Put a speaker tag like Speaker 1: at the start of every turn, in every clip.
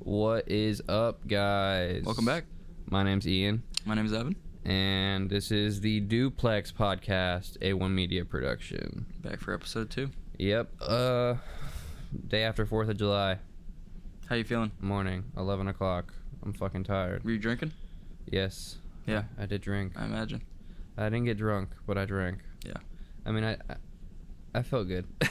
Speaker 1: What is up, guys?
Speaker 2: Welcome back.
Speaker 1: My name's Ian,
Speaker 2: My name is Evan.
Speaker 1: and this is the Duplex Podcast, A1 Media Production.
Speaker 2: Back for episode two.
Speaker 1: Yep. Uh, day after 4th of July,
Speaker 2: How you feeling?
Speaker 1: morning, 11 o'clock. I'm fucking tired.
Speaker 2: Were you drinking?
Speaker 1: Yes.
Speaker 2: Yeah.
Speaker 1: I did drink.
Speaker 2: I imagine.
Speaker 1: I didn't get drunk, but I drank.
Speaker 2: Yeah.
Speaker 1: I mean, I, I, I felt good.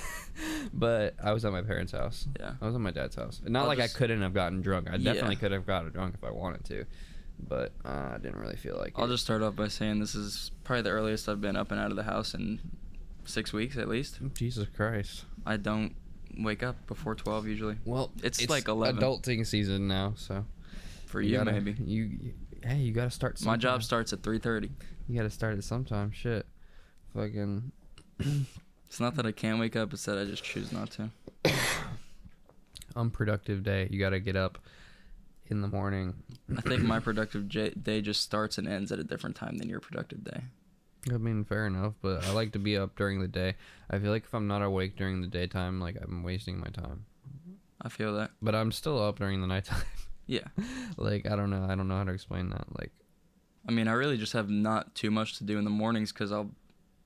Speaker 1: But I was at my parents' house.
Speaker 2: Yeah.
Speaker 1: I was at my dad's house. Not
Speaker 2: I'll
Speaker 1: like
Speaker 2: just-
Speaker 1: I couldn't have gotten drunk. I
Speaker 2: Yeah.
Speaker 1: definitely could have gotten drunk if I wanted to, but uh, I didn't really feel like
Speaker 2: I'll
Speaker 1: it.
Speaker 2: just start off by saying this is probably the earliest I've been up and out of the house in six weeks at least.
Speaker 1: Jesus Christ.
Speaker 2: I don't wake up before twelve usually.
Speaker 1: Well,
Speaker 2: It's like 11.
Speaker 1: adulting season now, so
Speaker 2: For you,
Speaker 1: gotta-
Speaker 2: maybe.
Speaker 1: You, you- hey, you gotta start.
Speaker 2: My
Speaker 1: Sometime.
Speaker 2: job starts at three thirty.
Speaker 1: You gotta start it sometime. Shit, fucking.
Speaker 2: It's not that I can't wake up, it's that I just choose not to.
Speaker 1: unproductive day. You gotta get up in the morning.
Speaker 2: I think my productive j- day just starts and ends at a different time than your productive day.
Speaker 1: I mean, fair enough, but I like to be up during the day. I feel like if I'm not awake during the daytime, like I'm wasting my time.
Speaker 2: I feel that.
Speaker 1: But I'm still up during the nighttime.
Speaker 2: Yeah.
Speaker 1: like I don't know. I don't know how to explain that. Like
Speaker 2: I mean, I really just have not too much to do in the mornings because I'll,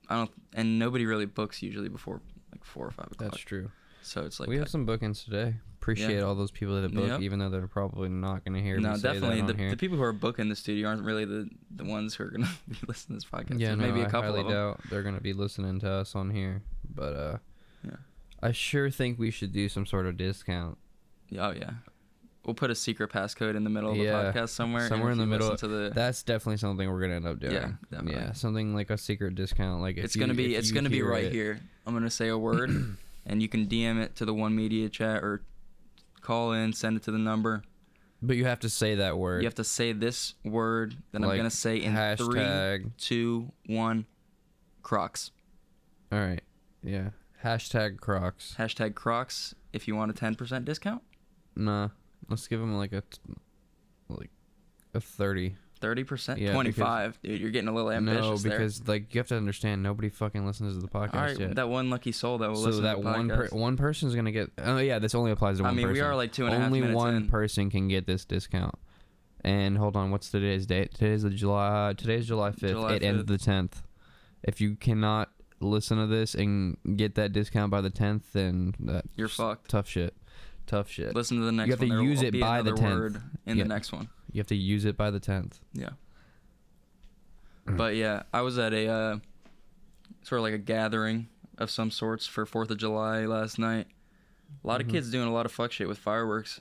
Speaker 2: I don't, and nobody really books usually before like four or five o'clock.
Speaker 1: that's true.
Speaker 2: so it's like,
Speaker 1: we have some bookings today. Appreciate all those people that book,
Speaker 2: Yep.
Speaker 1: even though they're probably not gonna hear
Speaker 2: no,
Speaker 1: me say
Speaker 2: definitely
Speaker 1: that on
Speaker 2: the,
Speaker 1: here.
Speaker 2: the people who are booking the studio aren't really the the ones who are gonna be listening to this podcast.
Speaker 1: yeah,
Speaker 2: There's
Speaker 1: no,
Speaker 2: maybe a
Speaker 1: I
Speaker 2: couple
Speaker 1: highly
Speaker 2: of them.
Speaker 1: doubt they're gonna be listening to us on here. But uh,
Speaker 2: Yeah.
Speaker 1: I sure think we should do some sort of discount.
Speaker 2: Yeah, Oh yeah, we'll put a secret passcode in the middle of the
Speaker 1: Yeah,
Speaker 2: podcast somewhere. and
Speaker 1: somewhere in
Speaker 2: if
Speaker 1: the
Speaker 2: you
Speaker 1: middle.
Speaker 2: listen to the.
Speaker 1: That's definitely something we're gonna end up doing.
Speaker 2: Yeah, definitely.
Speaker 1: yeah, something like a secret discount. Like if
Speaker 2: it's
Speaker 1: you-
Speaker 2: gonna be
Speaker 1: if
Speaker 2: it's
Speaker 1: you
Speaker 2: gonna be
Speaker 1: hear
Speaker 2: right
Speaker 1: it-
Speaker 2: here. I'm gonna say a word, and you can DM it to the one media chat or call in, send it to the number.
Speaker 1: But you have to say that word.
Speaker 2: You have to say this word that I'm
Speaker 1: Like,
Speaker 2: gonna say in three,
Speaker 1: hashtag.
Speaker 2: two, one. Crocs.
Speaker 1: All right. Yeah. Hashtag Crocs.
Speaker 2: Hashtag Crocs. If you want a ten percent discount,
Speaker 1: Nah. Let's give them like a t- like a thirty.
Speaker 2: thirty percent,
Speaker 1: Yeah, because-
Speaker 2: twenty-five. Dude, you're getting a little ambitious
Speaker 1: no,
Speaker 2: there.
Speaker 1: because like you have to understand, nobody fucking listens to the podcast
Speaker 2: All right,
Speaker 1: yet.
Speaker 2: that one lucky soul that will
Speaker 1: so
Speaker 2: listen
Speaker 1: that
Speaker 2: to the podcast.
Speaker 1: one per- one person's gonna get. Oh yeah, this only applies to
Speaker 2: I
Speaker 1: one.
Speaker 2: mean,
Speaker 1: person.
Speaker 2: we are like two and a half
Speaker 1: Only
Speaker 2: minutes
Speaker 1: one
Speaker 2: in.
Speaker 1: person can get this discount. And hold on, what's today's date? Today's the July. Today's July fifth.
Speaker 2: July
Speaker 1: It ends
Speaker 2: 5th.
Speaker 1: the tenth. If you cannot listen to this and get that discount by the tenth, then that's
Speaker 2: You're fucked.
Speaker 1: Tough shit. Tough shit.
Speaker 2: Listen to the next
Speaker 1: have to
Speaker 2: one. There
Speaker 1: use
Speaker 2: will
Speaker 1: it
Speaker 2: be
Speaker 1: by the
Speaker 2: another
Speaker 1: 10th.
Speaker 2: word in
Speaker 1: Yeah.
Speaker 2: the next one.
Speaker 1: You have to use it by the tenth.
Speaker 2: Yeah.
Speaker 1: Mm.
Speaker 2: But yeah, I was at a uh, sort of like a gathering of some sorts for Fourth of July last night. A lot of kids doing a lot of fuck shit with fireworks,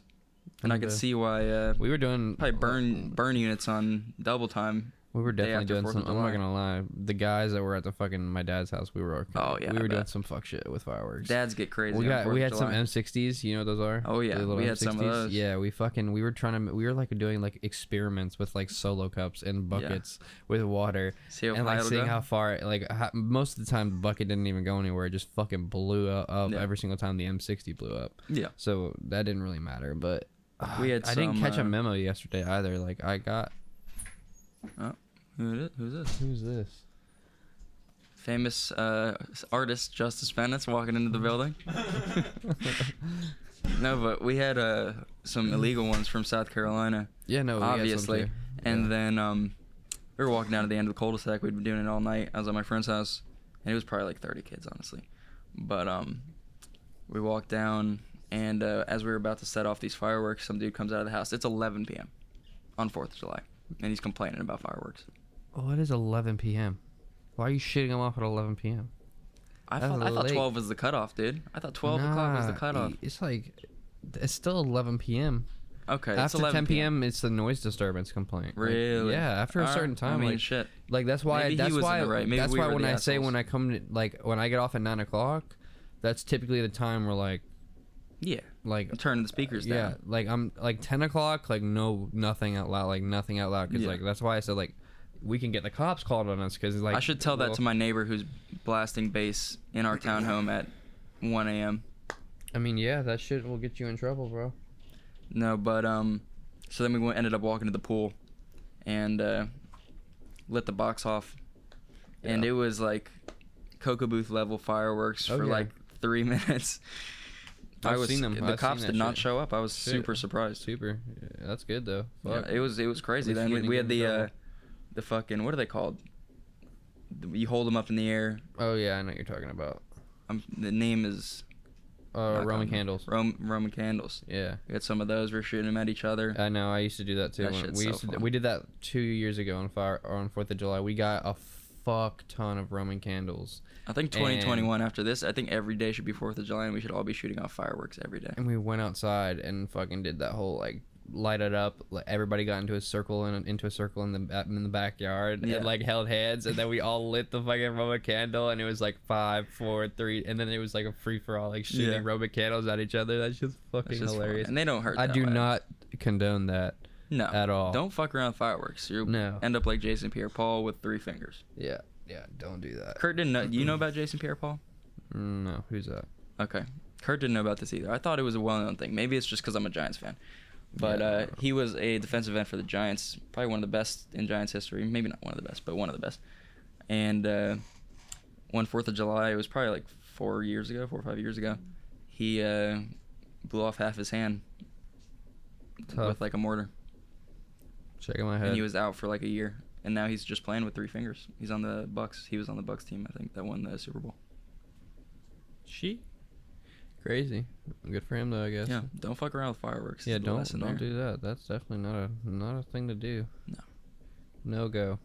Speaker 2: and I
Speaker 1: Mm-hmm.
Speaker 2: could
Speaker 1: Okay.
Speaker 2: see why. Uh,
Speaker 1: We were doing
Speaker 2: probably burn burn units on double time.
Speaker 1: We were
Speaker 2: day
Speaker 1: definitely
Speaker 2: after
Speaker 1: doing
Speaker 2: Fourth
Speaker 1: some.
Speaker 2: of
Speaker 1: I'm not
Speaker 2: July.
Speaker 1: gonna lie. The guys that were at the fucking my dad's house, we were.
Speaker 2: Oh, yeah,
Speaker 1: we
Speaker 2: I
Speaker 1: were doing
Speaker 2: bet.
Speaker 1: some fuck shit with fireworks.
Speaker 2: Dads get crazy.
Speaker 1: we
Speaker 2: on
Speaker 1: got
Speaker 2: 4th
Speaker 1: we
Speaker 2: of
Speaker 1: had some
Speaker 2: July.
Speaker 1: M60s. You know what those are?
Speaker 2: Oh, yeah,
Speaker 1: The little
Speaker 2: we had some of
Speaker 1: M60s.
Speaker 2: those.
Speaker 1: Yeah, we fucking we were trying to we were like doing like experiments with like solo cups and buckets with water
Speaker 2: See how
Speaker 1: and
Speaker 2: high
Speaker 1: like
Speaker 2: it'll
Speaker 1: seeing
Speaker 2: go?
Speaker 1: how far like how, most of the time the bucket didn't even go anywhere. It just fucking blew u- up
Speaker 2: Yeah.
Speaker 1: every single time the M60 blew up.
Speaker 2: Yeah.
Speaker 1: So that didn't really matter, but. uh,
Speaker 2: We had
Speaker 1: I didn't
Speaker 2: some,
Speaker 1: catch a
Speaker 2: uh,
Speaker 1: memo yesterday either. Like I got
Speaker 2: Who it is- Who's this?
Speaker 1: who's this?
Speaker 2: Famous uh, artist Justice Bennett's walking into the building. no, but we had uh, some illegal ones from South Carolina,
Speaker 1: Yeah,
Speaker 2: Oh,
Speaker 1: no, we got some
Speaker 2: obviously.
Speaker 1: too.
Speaker 2: And
Speaker 1: Yeah.
Speaker 2: then um, we were walking down to the end of the cul-de-sac. We'd been doing it all night. I was at my friend's house, and it was probably like 30 kids, honestly. But um, we walked down, and uh, as we were about to set off these fireworks, some dude comes out of the house. It's 11 p.m. on 4th of July, and he's complaining about fireworks.
Speaker 1: Oh, it is 11 p.m. Why are you shitting him off at 11 p.m.?
Speaker 2: I
Speaker 1: That's
Speaker 2: thought, I thought
Speaker 1: late.
Speaker 2: 12 was the cutoff, dude. I thought 12 o'clock was the
Speaker 1: Nah,
Speaker 2: cutoff.
Speaker 1: It's like it's still 11 p.m.
Speaker 2: Okay, it's
Speaker 1: after
Speaker 2: 11
Speaker 1: 10 p.m., it's the noise disturbance complaint. Like,
Speaker 2: Really?
Speaker 1: yeah. After a
Speaker 2: Alright,
Speaker 1: certain time,
Speaker 2: I mean,
Speaker 1: like,
Speaker 2: shit.
Speaker 1: like that's why
Speaker 2: Maybe he
Speaker 1: that's
Speaker 2: was in
Speaker 1: why
Speaker 2: the right. Maybe
Speaker 1: that's
Speaker 2: we
Speaker 1: why
Speaker 2: were
Speaker 1: when
Speaker 2: the
Speaker 1: I say when
Speaker 2: assholes.
Speaker 1: I come to, like when I get off at nine o'clock, that's typically the time where like
Speaker 2: Yeah.
Speaker 1: like
Speaker 2: I'm turning the speakers
Speaker 1: yeah
Speaker 2: down.
Speaker 1: like I'm like 10 o'clock like no nothing out loud like nothing out loud because
Speaker 2: Yeah.
Speaker 1: like that's why I said like we can get the cops called on us because like
Speaker 2: I should tell that
Speaker 1: well,
Speaker 2: to my neighbor who's blasting bass in our townhome at 1 a.m.
Speaker 1: I mean yeah that shit will get you in trouble, bro.
Speaker 2: No, but um, so then we went, ended up walking to the pool, and uh, lit the box off, and
Speaker 1: Yeah.
Speaker 2: it was like cocoa booth level fireworks
Speaker 1: Oh,
Speaker 2: for
Speaker 1: yeah.
Speaker 2: like three minutes. I
Speaker 1: I've
Speaker 2: was
Speaker 1: seen them.
Speaker 2: the
Speaker 1: I've seen
Speaker 2: cops
Speaker 1: that
Speaker 2: did not
Speaker 1: shit.
Speaker 2: show up. I was
Speaker 1: Shit.
Speaker 2: super surprised.
Speaker 1: Super. Yeah, that's good though.
Speaker 2: Yeah,
Speaker 1: Fuck.
Speaker 2: it was it was crazy.
Speaker 1: least
Speaker 2: Then
Speaker 1: you
Speaker 2: we,
Speaker 1: didn't
Speaker 2: we
Speaker 1: get
Speaker 2: had
Speaker 1: in
Speaker 2: the uh,
Speaker 1: trouble.
Speaker 2: the fucking what are they called? You hold them up in the air.
Speaker 1: oh yeah, I know what you're talking about.
Speaker 2: Um the name is
Speaker 1: Uh,
Speaker 2: not
Speaker 1: Roman
Speaker 2: coming.
Speaker 1: candles.
Speaker 2: Rom, Roman candles.
Speaker 1: Yeah,
Speaker 2: We had some of those. We're shooting them at each other.
Speaker 1: I know. I used to do that too.
Speaker 2: That
Speaker 1: when-
Speaker 2: shit's
Speaker 1: we
Speaker 2: so
Speaker 1: used to,
Speaker 2: fun.
Speaker 1: we did that two years ago on fire or on Fourth of July. We got a fuck ton of Roman candles,
Speaker 2: I think 2021 after this, I think every day should be Fourth of July, and we should all be shooting off fireworks every day.
Speaker 1: and we went outside and fucking did that whole like light it up. Like everybody got into a circle and into a circle in the ba- in the backyard
Speaker 2: Yeah.
Speaker 1: and like held hands, and then we all lit the fucking Roman candle, and it was like five, four, three, and then it was like a free for all, like shooting
Speaker 2: Yeah.
Speaker 1: Roman candles at each other. That's just
Speaker 2: That's
Speaker 1: fucking
Speaker 2: just fun.
Speaker 1: hilarious.
Speaker 2: And they don't hurt.
Speaker 1: I
Speaker 2: that
Speaker 1: do
Speaker 2: bad.
Speaker 1: not condone that
Speaker 2: No.
Speaker 1: at all.
Speaker 2: Don't fuck around with fireworks. You will
Speaker 1: No.
Speaker 2: end up like Jason Pierre-Paul with three fingers.
Speaker 1: Yeah, yeah, don't do that.
Speaker 2: Kurt didn't know. You know about Jason Pierre-Paul?
Speaker 1: Mm, No, who's that?
Speaker 2: Okay. Kurt didn't know about this either. I thought it was a well-known thing. Maybe it's just because I'm a Giants fan. But
Speaker 1: Yeah.
Speaker 2: uh, he was a defensive end for the Giants, probably one of the best in Giants history. Maybe not one of the best, but one of the best. And uh, one Fourth of July, it was probably like four years ago, four or five years ago. He uh, blew off half his hand
Speaker 1: Tough.
Speaker 2: with like a mortar,
Speaker 1: Shaking my head.
Speaker 2: and he was out for like a year. And now he's just playing with three fingers. He's on the Bucks. He was on the Bucks team, I think, that won the Super Bowl.
Speaker 1: she crazy. Good for him though, I guess.
Speaker 2: Yeah, don't fuck around with fireworks.
Speaker 1: Yeah,
Speaker 2: is the
Speaker 1: don't
Speaker 2: lesson
Speaker 1: don't
Speaker 2: there.
Speaker 1: do that. That's definitely not a not a thing to do.
Speaker 2: No.
Speaker 1: No go.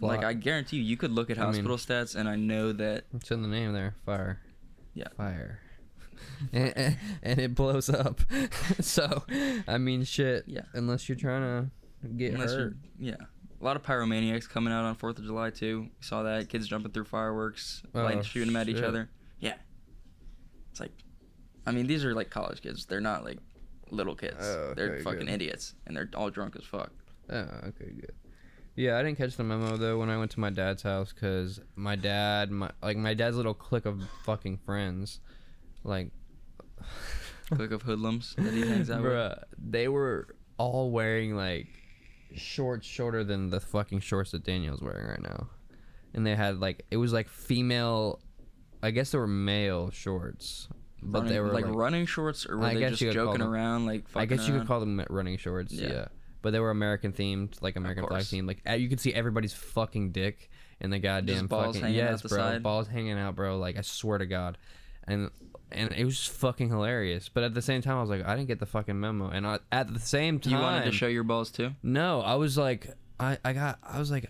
Speaker 2: Like
Speaker 1: Flock.
Speaker 2: I guarantee you, you could look at
Speaker 1: I mean-
Speaker 2: hospital stats, and I know that
Speaker 1: It's in the name there. Fire.
Speaker 2: Yeah.
Speaker 1: Fire. and, and- and it blows up. so, I mean, shit.
Speaker 2: Yeah.
Speaker 1: Unless you're trying to get
Speaker 2: unless
Speaker 1: hurt.
Speaker 2: you're yeah, a lot of pyromaniacs coming out on Fourth of July too. We saw that kids jumping through fireworks,
Speaker 1: Oh,
Speaker 2: lighting, shooting them at each
Speaker 1: shit.
Speaker 2: other. Yeah, it's like, I mean, these are like college kids. They're not like little kids.
Speaker 1: Oh,
Speaker 2: they're
Speaker 1: okay,
Speaker 2: fucking
Speaker 1: good.
Speaker 2: idiots, and they're all drunk as fuck.
Speaker 1: Oh, okay, good. Yeah, I didn't catch the memo though when I went to my dad's house because my dad, my like my dad's little clique of fucking friends, like,
Speaker 2: Click of hoodlums that he hangs out with.
Speaker 1: Bruh, they were all wearing like shorts shorter than the fucking shorts that Daniel's wearing right now, and they had like it was like female, I guess they were male shorts, but
Speaker 2: Running-
Speaker 1: they were
Speaker 2: like,
Speaker 1: like,
Speaker 2: running shorts, or were
Speaker 1: I
Speaker 2: they
Speaker 1: guess
Speaker 2: just
Speaker 1: you could call
Speaker 2: joking
Speaker 1: them-
Speaker 2: around? Like fucking
Speaker 1: I guess you
Speaker 2: around?
Speaker 1: could call them running shorts.
Speaker 2: Yeah.
Speaker 1: Yeah. But they were American themed, like American flag
Speaker 2: course.
Speaker 1: themed. Like uh, you could see everybody's fucking dick and the goddamn
Speaker 2: balls
Speaker 1: fucking
Speaker 2: hanging out
Speaker 1: yes,
Speaker 2: the
Speaker 1: bro,
Speaker 2: side?
Speaker 1: balls hanging out, bro. Like I swear to God, and and it was just fucking hilarious. But at the same time, I was like, I didn't get the fucking memo. And I, at the same time,
Speaker 2: You wanted to show your balls too.
Speaker 1: no, I was like, I, I got, I was like,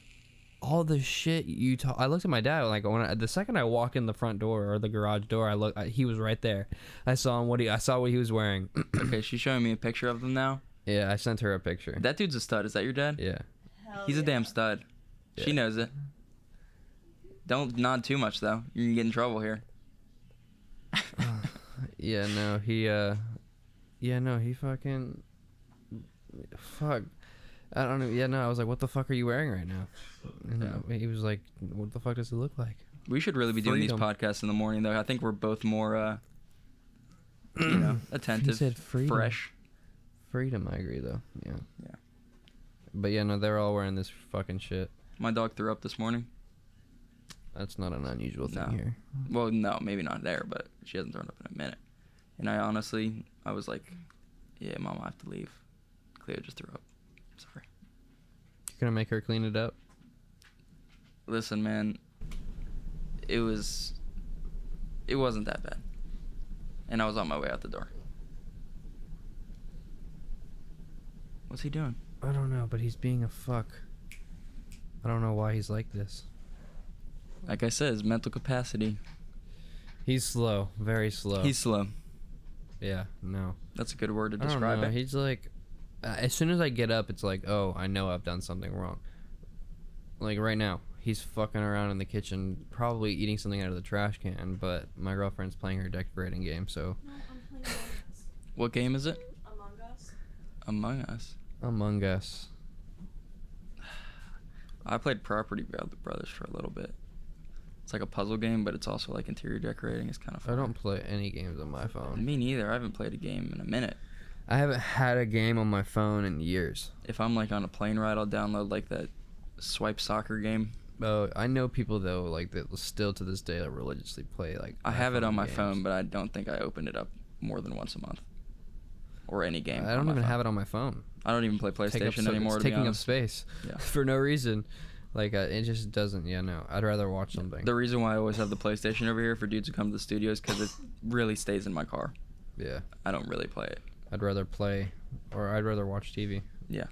Speaker 1: all the shit you talk. I looked at my dad like when I, the second I walk in the front door or the garage door, I look, I, he was right there. I saw him. What he, I saw what he was wearing.
Speaker 2: Okay, she's showing me a picture of them now.
Speaker 1: yeah, I sent her a picture.
Speaker 2: That dude's a stud. Is that your dad?
Speaker 1: yeah.
Speaker 3: Hell
Speaker 2: He's a
Speaker 3: yeah.
Speaker 2: damn stud. She
Speaker 1: Yeah.
Speaker 2: knows it. Don't nod too much though. You're gonna get in trouble here.
Speaker 1: Yeah, no, he uh yeah, no, he fucking fuck. I don't know. Yeah, no, I was like, what the fuck are you wearing right now? And uh, he was like, what the fuck does it look like?
Speaker 2: we should really be doing these
Speaker 1: Freedom.
Speaker 2: podcasts in the morning though. I think we're both more uh you know, attentive,
Speaker 1: said freedom.
Speaker 2: fresh.
Speaker 1: Freedom, I agree though. Yeah.
Speaker 2: Yeah.
Speaker 1: But yeah, no, they're all wearing this fucking shit.
Speaker 2: My dog threw up this morning.
Speaker 1: That's not an unusual thing
Speaker 2: No.
Speaker 1: here.
Speaker 2: Well, no, maybe not there, but she hasn't thrown up in a minute. And I honestly, I was like, yeah, mom, I have to leave. Cleo just threw up. I'm sorry.
Speaker 1: You're gonna make her clean it up?
Speaker 2: Listen, man, it was it wasn't that bad. And I was on my way out the door. What's he doing?
Speaker 1: I don't know, but he's being a fuck. I don't know why he's like this.
Speaker 2: Like I said, his mental capacity.
Speaker 1: He's slow, very slow.
Speaker 2: He's slow.
Speaker 1: yeah, no.
Speaker 2: That's a good word to
Speaker 1: I don't
Speaker 2: describe
Speaker 1: know.
Speaker 2: it.
Speaker 1: He's like, uh, as soon as I get up, it's like, oh, I know I've done something wrong. Like right now, he's fucking around in the kitchen, probably eating something out of the trash can. But my girlfriend's playing her decorating game, so
Speaker 3: No, I'm playing Among Us.
Speaker 2: what game is it?
Speaker 3: Among Us.
Speaker 2: Among Us.
Speaker 1: Among Us.
Speaker 2: I played Property Bro- Brothers for a little bit. It's like a puzzle game, but it's also like interior decorating. It's kind of
Speaker 1: I
Speaker 2: fun.
Speaker 1: don't play any games on my phone.
Speaker 2: Me neither. I haven't played a game in a minute.
Speaker 1: I haven't had a game on my phone in years.
Speaker 2: If I'm like on a plane ride, I'll download like that swipe soccer game.
Speaker 1: Oh, I know people though, like that still to this day religiously play like.
Speaker 2: I have it on
Speaker 1: iPhone
Speaker 2: my
Speaker 1: games.
Speaker 2: phone, but I don't think I opened it up more than once a month, or any game.
Speaker 1: I
Speaker 2: on
Speaker 1: don't
Speaker 2: my
Speaker 1: even
Speaker 2: phone.
Speaker 1: have it on my phone.
Speaker 2: I don't even play
Speaker 1: Take up
Speaker 2: PlayStation
Speaker 1: so-
Speaker 2: anymore.
Speaker 1: It's
Speaker 2: to be
Speaker 1: taking up
Speaker 2: honest.
Speaker 1: space
Speaker 2: Yeah.
Speaker 1: for no reason. Like uh, it just doesn't. Yeah, no. I'd rather watch something.
Speaker 2: The reason why I always have the PlayStation over here for dudes who come to the studio is because it really stays in my car.
Speaker 1: yeah,
Speaker 2: I don't really play it.
Speaker 1: I'd rather play, or I'd rather watch TV.
Speaker 2: Yeah.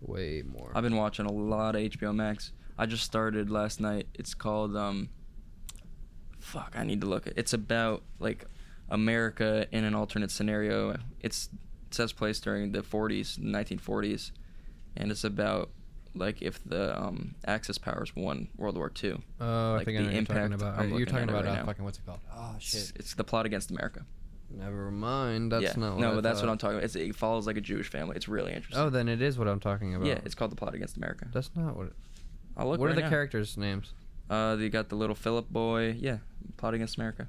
Speaker 1: Way more.
Speaker 2: I've been watching a lot of HBO Max. I just started last night. It's called um fuck, I need to look it. It's about like America in an alternate scenario. It's it says place during the 40s, 1940s, and it's about like if the um Axis powers won World War II.
Speaker 1: oh, I
Speaker 2: like,
Speaker 1: think I know
Speaker 2: the
Speaker 1: what you're talking
Speaker 2: impact
Speaker 1: about.
Speaker 2: I'm
Speaker 1: Alright, you're
Speaker 2: looking at
Speaker 1: talking
Speaker 2: it
Speaker 1: about
Speaker 2: right
Speaker 1: uh,
Speaker 2: now.
Speaker 1: fucking what's it called? Oh
Speaker 2: It's,
Speaker 1: shit.
Speaker 2: it's the plot against America.
Speaker 1: Never mind. That's
Speaker 2: yeah.
Speaker 1: not. What
Speaker 2: no,
Speaker 1: I
Speaker 2: but that's what
Speaker 1: thought.
Speaker 2: I'm talking about. It's, it follows like a Jewish family. It's really interesting.
Speaker 1: Oh, then it is what I'm talking about.
Speaker 2: yeah, it's called the plot against America.
Speaker 1: That's not what. It,
Speaker 2: I'll look
Speaker 1: what
Speaker 2: right
Speaker 1: are the
Speaker 2: now.
Speaker 1: characters' names?
Speaker 2: Uh, they got the little Philip boy. Yeah, plot against America.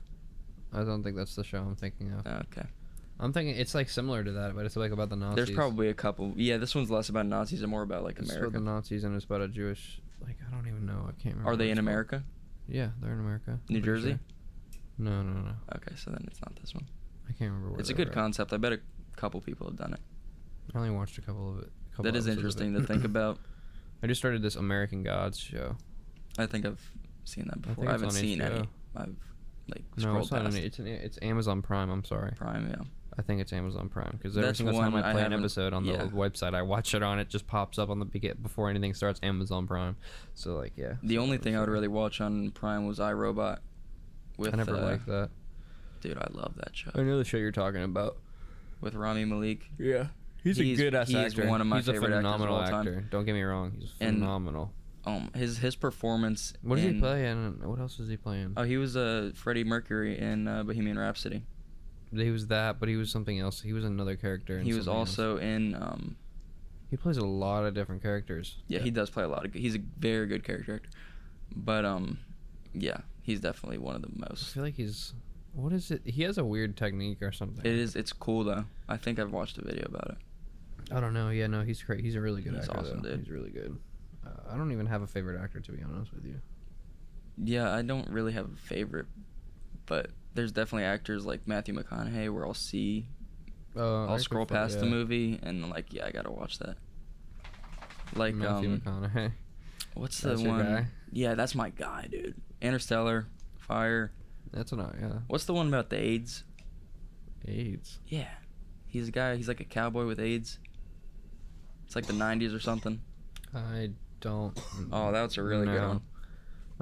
Speaker 1: I don't think that's the show I'm thinking of.
Speaker 2: Oh, Okay.
Speaker 1: I'm thinking it's like similar to that, but it's like about the Nazis.
Speaker 2: There's probably a couple. Yeah, this one's less about Nazis and more about like
Speaker 1: it's about the
Speaker 2: America.
Speaker 1: Nazis and it's about a Jewish. Like I don't even know. I can't remember.
Speaker 2: Are
Speaker 1: what
Speaker 2: they
Speaker 1: it's
Speaker 2: in
Speaker 1: called.
Speaker 2: America?
Speaker 1: Yeah, they're in America. I'm
Speaker 2: New
Speaker 1: pretty
Speaker 2: Jersey?
Speaker 1: sure. No, no, no.
Speaker 2: Okay, so then it's not this one.
Speaker 1: I can't remember. Where
Speaker 2: It's a
Speaker 1: they
Speaker 2: good
Speaker 1: were at.
Speaker 2: concept. I bet a couple people have done it.
Speaker 1: I only watched a couple of it. a couple
Speaker 2: That is
Speaker 1: episodes of
Speaker 2: interesting
Speaker 1: it.
Speaker 2: to think about.
Speaker 1: I just started this American Gods show.
Speaker 2: I think I've seen that
Speaker 1: think
Speaker 2: before. I,
Speaker 1: it's
Speaker 2: haven't
Speaker 1: on
Speaker 2: seen any.
Speaker 1: HBO.
Speaker 2: I've like
Speaker 1: No,
Speaker 2: scrolled
Speaker 1: it's not.
Speaker 2: past.
Speaker 1: Any, it's an, it's Amazon Prime. I'm sorry.
Speaker 2: Prime, yeah.
Speaker 1: I think it's Amazon Prime because every
Speaker 2: That's
Speaker 1: single time
Speaker 2: one
Speaker 1: I
Speaker 2: I
Speaker 1: play an
Speaker 2: haven't-
Speaker 1: episode on the
Speaker 2: yeah.
Speaker 1: website, I watch it on. It just pops up on the begin before anything starts. Amazon Prime. So like, yeah.
Speaker 2: The
Speaker 1: so
Speaker 2: only
Speaker 1: it's
Speaker 2: thing I would
Speaker 1: like-
Speaker 2: really watch on Prime was iRobot. With
Speaker 1: I never
Speaker 2: uh,
Speaker 1: liked that.
Speaker 2: Dude, I love that show.
Speaker 1: I know the show you're talking about.
Speaker 2: With Rami Malik.
Speaker 1: Yeah,
Speaker 2: He's- he's one of my
Speaker 1: he's
Speaker 2: favorite
Speaker 1: a
Speaker 2: actors of
Speaker 1: phenomenal
Speaker 2: all time.
Speaker 1: actor. Don't get me wrong. He's
Speaker 2: And-
Speaker 1: phenomenal.
Speaker 2: Um, his his performance.
Speaker 1: what does he
Speaker 2: in-
Speaker 1: play in? What else does he play in?
Speaker 2: Oh, he was uh, Freddie Mercury in uh, Bohemian Rhapsody.
Speaker 1: he was that, but he was something else. He was another character. in
Speaker 2: He was
Speaker 1: something else.
Speaker 2: also in. Um,
Speaker 1: He plays a lot of different characters.
Speaker 2: yeah, he does play a lot of. Good, he's a very good character actor, but um, yeah, he's definitely one of the
Speaker 1: I
Speaker 2: most.
Speaker 1: feel like he's. What is it? He has a weird technique or something.
Speaker 2: It is. It's cool though. I think I've watched a video about it.
Speaker 1: I don't know. Yeah, no, he's great. He's a really good
Speaker 2: He's
Speaker 1: actor.
Speaker 2: awesome,
Speaker 1: though.
Speaker 2: dude.
Speaker 1: He's really good. Uh, I don't even have a favorite actor to be honest with you.
Speaker 2: Yeah, I don't really have a favorite, but there's definitely actors like Matthew McConaughey where I'll see,
Speaker 1: Uh, I
Speaker 2: I'll
Speaker 1: could
Speaker 2: scroll
Speaker 1: fi-
Speaker 2: past the
Speaker 1: yeah.
Speaker 2: movie and like, yeah, I gotta watch that. Like
Speaker 1: Matthew
Speaker 2: um,
Speaker 1: McConaughey.
Speaker 2: what's the
Speaker 1: That's your
Speaker 2: one?
Speaker 1: guy?
Speaker 2: Yeah, that's my guy, dude. Interstellar, Fire.
Speaker 1: That's not yeah.
Speaker 2: What's the one about the AIDS?
Speaker 1: AIDS.
Speaker 2: Yeah. He's a guy, he's like a cowboy with AIDS. It's like the 90s or something.
Speaker 1: I don't.
Speaker 2: Oh, that's a really good
Speaker 1: no.
Speaker 2: one.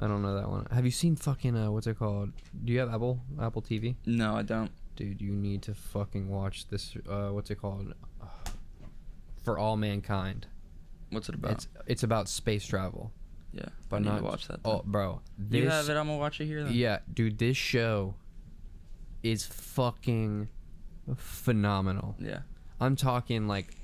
Speaker 1: I don't know that one. Have you seen fucking uh, what's it called? Do you have Apple Apple TV?
Speaker 2: No, I don't.
Speaker 1: Dude, you need to fucking watch this. Uh, what's it called? For All Mankind.
Speaker 2: What's it about?
Speaker 1: It's it's about space travel.
Speaker 2: yeah.
Speaker 1: But
Speaker 2: I need
Speaker 1: not
Speaker 2: to watch that.
Speaker 1: Oh,
Speaker 2: Oh,
Speaker 1: bro,
Speaker 2: you
Speaker 1: this
Speaker 2: have it, I'm gonna watch it here then.
Speaker 1: yeah, dude, this show is fucking phenomenal.
Speaker 2: Yeah.
Speaker 1: I'm talking like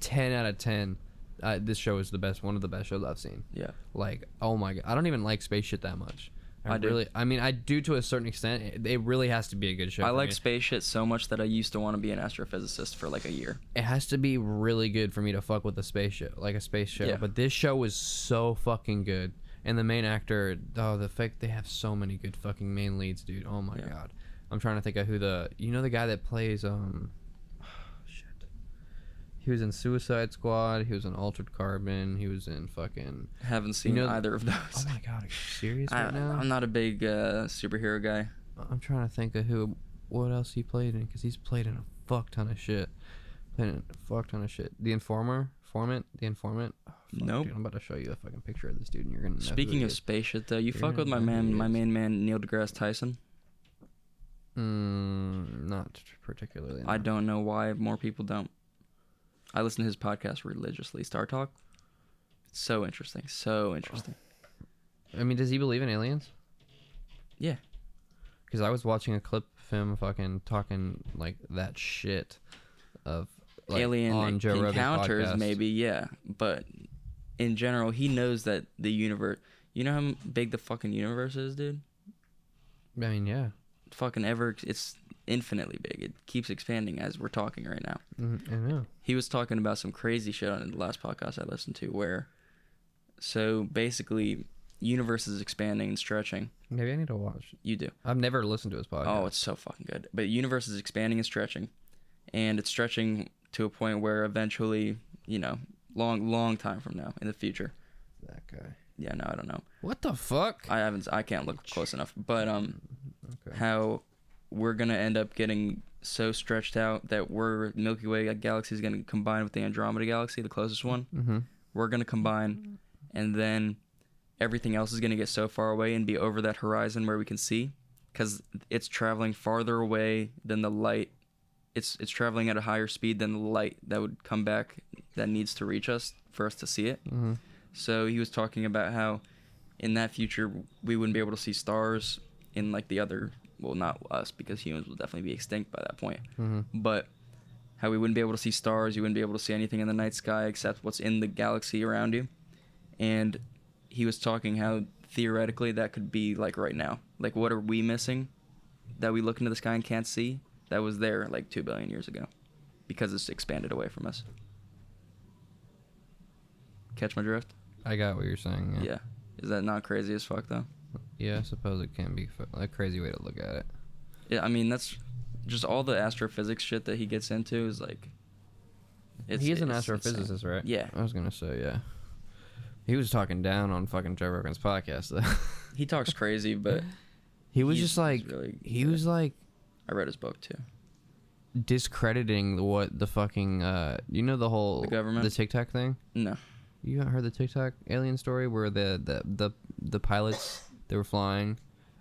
Speaker 1: ten out of ten. Uh, this show is the best, one of the best shows I've seen.
Speaker 2: Yeah.
Speaker 1: Like, oh my god, I don't even like space shit that much. I,
Speaker 2: I do.
Speaker 1: really, I mean, I do to a certain extent. It, it really has to be a good show.
Speaker 2: I
Speaker 1: for
Speaker 2: like
Speaker 1: me.
Speaker 2: space shit so much that I used to want to be an astrophysicist for like a year.
Speaker 1: it has to be really good for me to fuck with a space show, like a space show.
Speaker 2: Yeah.
Speaker 1: But this show was so fucking good, and the main actor, oh, the fact they have so many good fucking main leads, dude. Oh my
Speaker 2: Yeah.
Speaker 1: god, I'm trying to think of who the you know the guy that plays um, shit. He was in Suicide Squad. He was in Altered Carbon. He was in fucking.
Speaker 2: Haven't seen
Speaker 1: know-
Speaker 2: either of those.
Speaker 1: Oh my god, are you serious
Speaker 2: I,
Speaker 1: right now?
Speaker 2: I'm not a big uh, superhero guy.
Speaker 1: I'm trying to think of who, what else he played in, because he's played in a fuck ton of shit. Played in a fuck ton of shit. The Informer, Informant, The Informant. Oh, fuck,
Speaker 2: Nope.
Speaker 1: dude, I'm about to show you a fucking picture of this dude, and you're gonna. know who
Speaker 2: Speaking
Speaker 1: he
Speaker 2: of
Speaker 1: is.
Speaker 2: space shit though,
Speaker 1: You're
Speaker 2: you fuck
Speaker 1: gonna
Speaker 2: with my
Speaker 1: know who
Speaker 2: man,
Speaker 1: he
Speaker 2: my
Speaker 1: is.
Speaker 2: main man Neil deGrasse Tyson.
Speaker 1: mm, not particularly.
Speaker 2: I
Speaker 1: no.
Speaker 2: don't know why more people don't. I listen to his podcast religiously, Star Talk. It's so interesting, so interesting.
Speaker 1: I mean, does he believe in aliens?
Speaker 2: Yeah.
Speaker 1: Because I was watching a clip of him fucking talking like that shit, of like,
Speaker 2: Alien
Speaker 1: on Joe Rogan's
Speaker 2: encounters,
Speaker 1: podcast.
Speaker 2: maybe, yeah, but in general, he knows that the universe. You know how big the fucking universe is, dude.
Speaker 1: I mean, yeah.
Speaker 2: Fucking ever, it's infinitely big. It keeps expanding as we're talking right now.
Speaker 1: Mm, I know.
Speaker 2: he was talking about some crazy shit on the last podcast I listened to where so basically universe is expanding and stretching.
Speaker 1: Maybe I need to watch.
Speaker 2: You do.
Speaker 1: I've never listened to his podcast.
Speaker 2: Oh, it's so fucking good. But universe is expanding and stretching, and it's stretching to a point where eventually, you know, long long time from now in the future.
Speaker 1: that guy.
Speaker 2: Yeah, no, I don't know.
Speaker 1: What the fuck?
Speaker 2: I haven't. I can't look close enough. But um,
Speaker 1: Okay.
Speaker 2: how we're gonna end up getting so stretched out that we're Milky Way galaxy is gonna combine with the Andromeda galaxy, the closest one.
Speaker 1: mm-hmm.
Speaker 2: We're gonna combine, and then everything else is gonna get so far away and be over that horizon where we can see, because it's traveling farther away than the light. It's it's traveling at a higher speed than the light that would come back that needs to reach us for us to see it.
Speaker 1: Mm-hmm.
Speaker 2: So he was talking about how in that future we wouldn't be able to see stars in like the other well not us because humans will definitely be extinct by that point.
Speaker 1: Mhm.
Speaker 2: But how we wouldn't be able to see stars, you wouldn't be able to see anything in the night sky except what's in the galaxy around you. And he was talking how theoretically that could be like right now. Like what are we missing that we look into the sky and can't see that was there like 2 billion years ago because it's expanded away from us. Catch my drift?
Speaker 1: I got what you're saying.
Speaker 2: Yeah. Is that not crazy as fuck though?
Speaker 1: Yeah, I suppose it can be f- a crazy way to look at it.
Speaker 2: Yeah, I mean that's just all the astrophysics shit that he gets into is like.
Speaker 1: he is an
Speaker 2: insane.
Speaker 1: astrophysicist, right?
Speaker 2: Yeah.
Speaker 1: I was gonna say yeah. He was talking down on fucking Joe Rogan's podcast though.
Speaker 2: He talks crazy, but
Speaker 1: he was
Speaker 2: he's-
Speaker 1: just like
Speaker 2: he's really
Speaker 1: he
Speaker 2: good.
Speaker 1: was like
Speaker 2: I read his book too.
Speaker 1: discrediting what the fucking uh you know the whole
Speaker 2: The government?
Speaker 1: the TikTok thing.
Speaker 2: No,
Speaker 1: You haven't heard the TikTok alien story where the the the, the pilots they were flying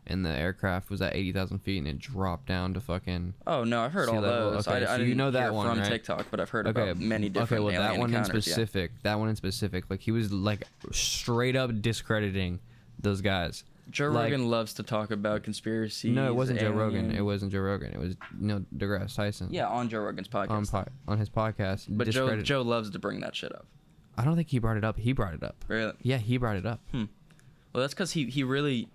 Speaker 1: and the aircraft was at eighty thousand feet and it dropped down to fucking
Speaker 2: oh no, I've heard
Speaker 1: Sea
Speaker 2: all
Speaker 1: level,
Speaker 2: those.
Speaker 1: okay,
Speaker 2: I, I
Speaker 1: so you
Speaker 2: didn't
Speaker 1: know that
Speaker 2: hear
Speaker 1: one,
Speaker 2: from
Speaker 1: right?
Speaker 2: TikTok, but I've heard about many different.
Speaker 1: Okay, well that
Speaker 2: alien
Speaker 1: one in
Speaker 2: encounters, yeah.
Speaker 1: specific, that one in specific, like he was like straight up discrediting those guys.
Speaker 2: Joe
Speaker 1: like-
Speaker 2: Rogan loves to talk about conspiracy.
Speaker 1: no, it wasn't Joe Rogan. It wasn't Joe Rogan. It was Neil deGrasse Tyson.
Speaker 2: yeah on Joe Rogan's podcast.
Speaker 1: On, po- on his podcast.
Speaker 2: but Joe
Speaker 1: discredit-
Speaker 2: Joe loves to bring that shit up.
Speaker 1: I don't think he brought it up. He brought it up.
Speaker 2: Really?
Speaker 1: Yeah, he brought it up.
Speaker 2: Hmm. Well, that's because he he really.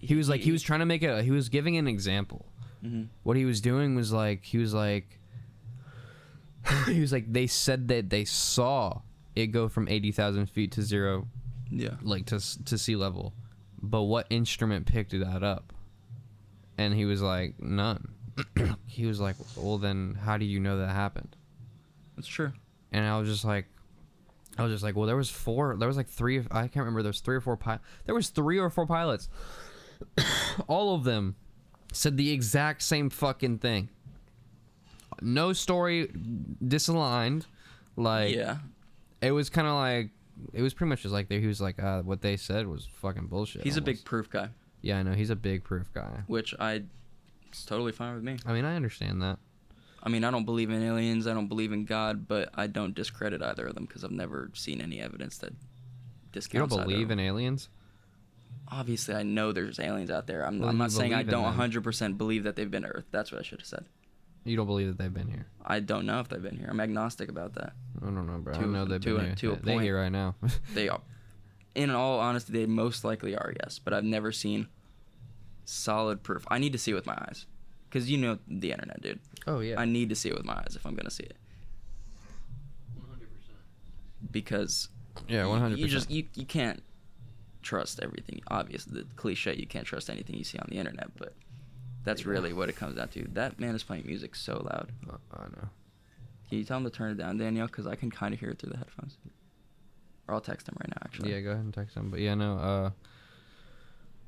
Speaker 1: He was like he was trying to make a he was giving an example.
Speaker 2: Mhm.
Speaker 1: What he was doing was like he was like he was like they said that they saw it go from 80,000 feet to 0
Speaker 2: Yeah.
Speaker 1: like to s- to sea level, but what instrument picked that up? And he was like, none. he was like, well, then how do you know that happened?
Speaker 2: That's true.
Speaker 1: And I was just like, I was just like, well, there was four, there was like three, I can't remember, there was three or four pilots, there was three or four pilots. All of them said the exact same fucking thing. No story disaligned. Like,
Speaker 2: yeah.
Speaker 1: it was kind of like it was pretty much just like there. He was like, uh, what they said was fucking bullshit.
Speaker 2: He's a big
Speaker 1: almost.
Speaker 2: proof guy,
Speaker 1: yeah. I know he's a big proof guy.
Speaker 2: which I. It's totally fine with me.
Speaker 1: I mean, I understand that.
Speaker 2: I mean, I don't believe in aliens. I don't believe in God, but I don't discredit either of them because I've never seen any evidence that
Speaker 1: You don't
Speaker 2: discounts.
Speaker 1: believe in aliens.
Speaker 2: Obviously, I know there's aliens out there. I'm,
Speaker 1: Well,
Speaker 2: I'm
Speaker 1: you
Speaker 2: not saying I
Speaker 1: believe in
Speaker 2: don't
Speaker 1: them.
Speaker 2: 100% believe that they've been to Earth. That's what I should have said.
Speaker 1: You don't believe that they've been here.
Speaker 2: I don't know if they've been here. I'm agnostic about that.
Speaker 1: I don't know, bro. I
Speaker 2: To-
Speaker 1: know they've
Speaker 2: to
Speaker 1: been
Speaker 2: a-
Speaker 1: here.
Speaker 2: to a
Speaker 1: they, are
Speaker 2: point.
Speaker 1: here right now.
Speaker 2: They are, in all honesty, they most likely are. Yes, but I've never seen solid proof. I need to see it with my eyes, because you know the internet, dude.
Speaker 1: oh yeah.
Speaker 2: I need to see it with my eyes if I'm gonna see it. Because
Speaker 1: yeah,
Speaker 2: you-
Speaker 1: one hundred
Speaker 2: You just
Speaker 1: percent.
Speaker 2: you, you can't trust everything. Obviously, the cliche you can't trust anything you see on the internet, but that's really what it comes down to. That man is playing music so loud.
Speaker 1: Oh, I know.
Speaker 2: Can you tell him to turn it down, Danielle? Because I can kind of hear it through the headphones. Or I'll text him right now. Actually,
Speaker 1: Yeah, go ahead and text him. But yeah, no. Uh,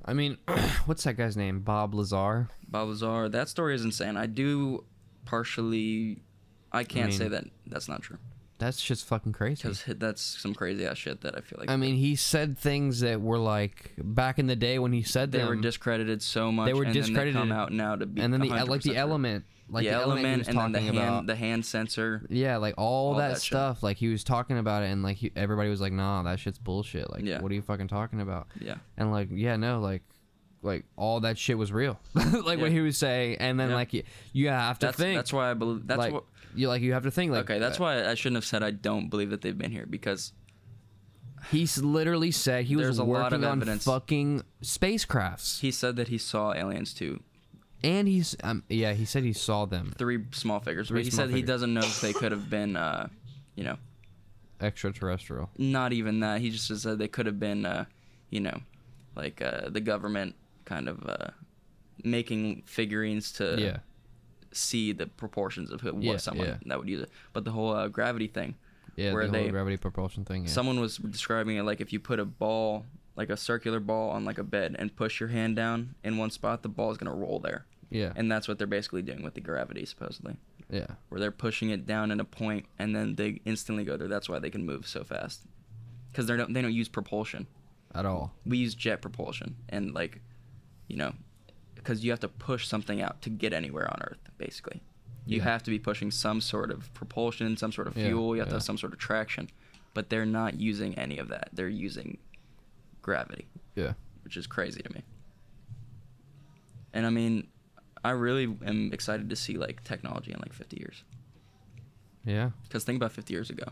Speaker 1: I mean, what's that guy's name? Bob Lazar.
Speaker 2: Bob Lazar, that story is insane. I do partially. I can't say
Speaker 1: mean-
Speaker 2: that that's not true
Speaker 1: That's just fucking crazy.
Speaker 2: because that's some crazy ass shit that I feel like
Speaker 1: I mean, he said things that were like back in the day when he said
Speaker 2: they
Speaker 1: them,
Speaker 2: were discredited so much.
Speaker 1: they were
Speaker 2: and Then
Speaker 1: discredited,
Speaker 2: they come out now to be
Speaker 1: and then the like
Speaker 2: 100%
Speaker 1: the
Speaker 2: true.
Speaker 1: element, like
Speaker 2: the, element,
Speaker 1: he
Speaker 2: and
Speaker 1: was
Speaker 2: then the
Speaker 1: talking
Speaker 2: hand,
Speaker 1: about.
Speaker 2: the hand sensor.
Speaker 1: yeah, like all,
Speaker 2: all
Speaker 1: that,
Speaker 2: that shit.
Speaker 1: stuff. Like he was talking about it, and like he, everybody was like, "Nah, that shit's bullshit." Like,
Speaker 2: Yeah.
Speaker 1: what are you fucking talking about?
Speaker 2: Yeah.
Speaker 1: And like, yeah, no, like, like all that shit was real. like
Speaker 2: Yeah.
Speaker 1: what he was saying, and then
Speaker 2: Yeah.
Speaker 1: like you, you have to
Speaker 2: That's
Speaker 1: think.
Speaker 2: that's why I believe that's
Speaker 1: like
Speaker 2: what
Speaker 1: you like you have to think. Like uh,
Speaker 2: Okay, that's why I shouldn't have said I don't believe that they've been here because
Speaker 1: he s- literally said he was
Speaker 2: There's a lot
Speaker 1: working
Speaker 2: of
Speaker 1: on
Speaker 2: evidence.
Speaker 1: fucking spacecrafts,
Speaker 2: he said that he saw aliens too.
Speaker 1: and he's um, yeah, he said he saw them
Speaker 2: Three small figures.
Speaker 1: Three
Speaker 2: but he
Speaker 1: small
Speaker 2: said he
Speaker 1: figures.
Speaker 2: doesn't know if they could have been uh, you know,
Speaker 1: extraterrestrial.
Speaker 2: not even that. He just said they could have been uh, you know, like uh, the government kind of uh, making figurines to
Speaker 1: yeah.
Speaker 2: see the proportions of who
Speaker 1: Yeah,
Speaker 2: was someone
Speaker 1: yeah.
Speaker 2: that would use it. But the whole uh, gravity thing,
Speaker 1: Yeah,
Speaker 2: where
Speaker 1: the whole
Speaker 2: they-
Speaker 1: gravity propulsion thing. Yeah.
Speaker 2: someone was describing it like if you put a ball, like a circular ball, on like a bed and push your hand down in one spot, the ball is gonna roll there,
Speaker 1: yeah.
Speaker 2: and that's what they're basically doing with the gravity, supposedly,
Speaker 1: Yeah.
Speaker 2: where they're pushing it down in a point and then they instantly go there. That's why they can move so fast, because they don't they don't use propulsion.
Speaker 1: At all.
Speaker 2: We use jet propulsion and like, you know, because you have to push something out to get anywhere on Earth, basically. You
Speaker 1: Yeah.
Speaker 2: have to be pushing some sort of propulsion, some sort of
Speaker 1: Yeah,
Speaker 2: fuel. You have to
Speaker 1: yeah.
Speaker 2: have some sort of traction, but they're not using any of that. They're using gravity,
Speaker 1: Yeah.
Speaker 2: which is crazy to me. And I mean, I really am excited to see like technology in like 50 years.
Speaker 1: Yeah.
Speaker 2: Because think about 50 years ago,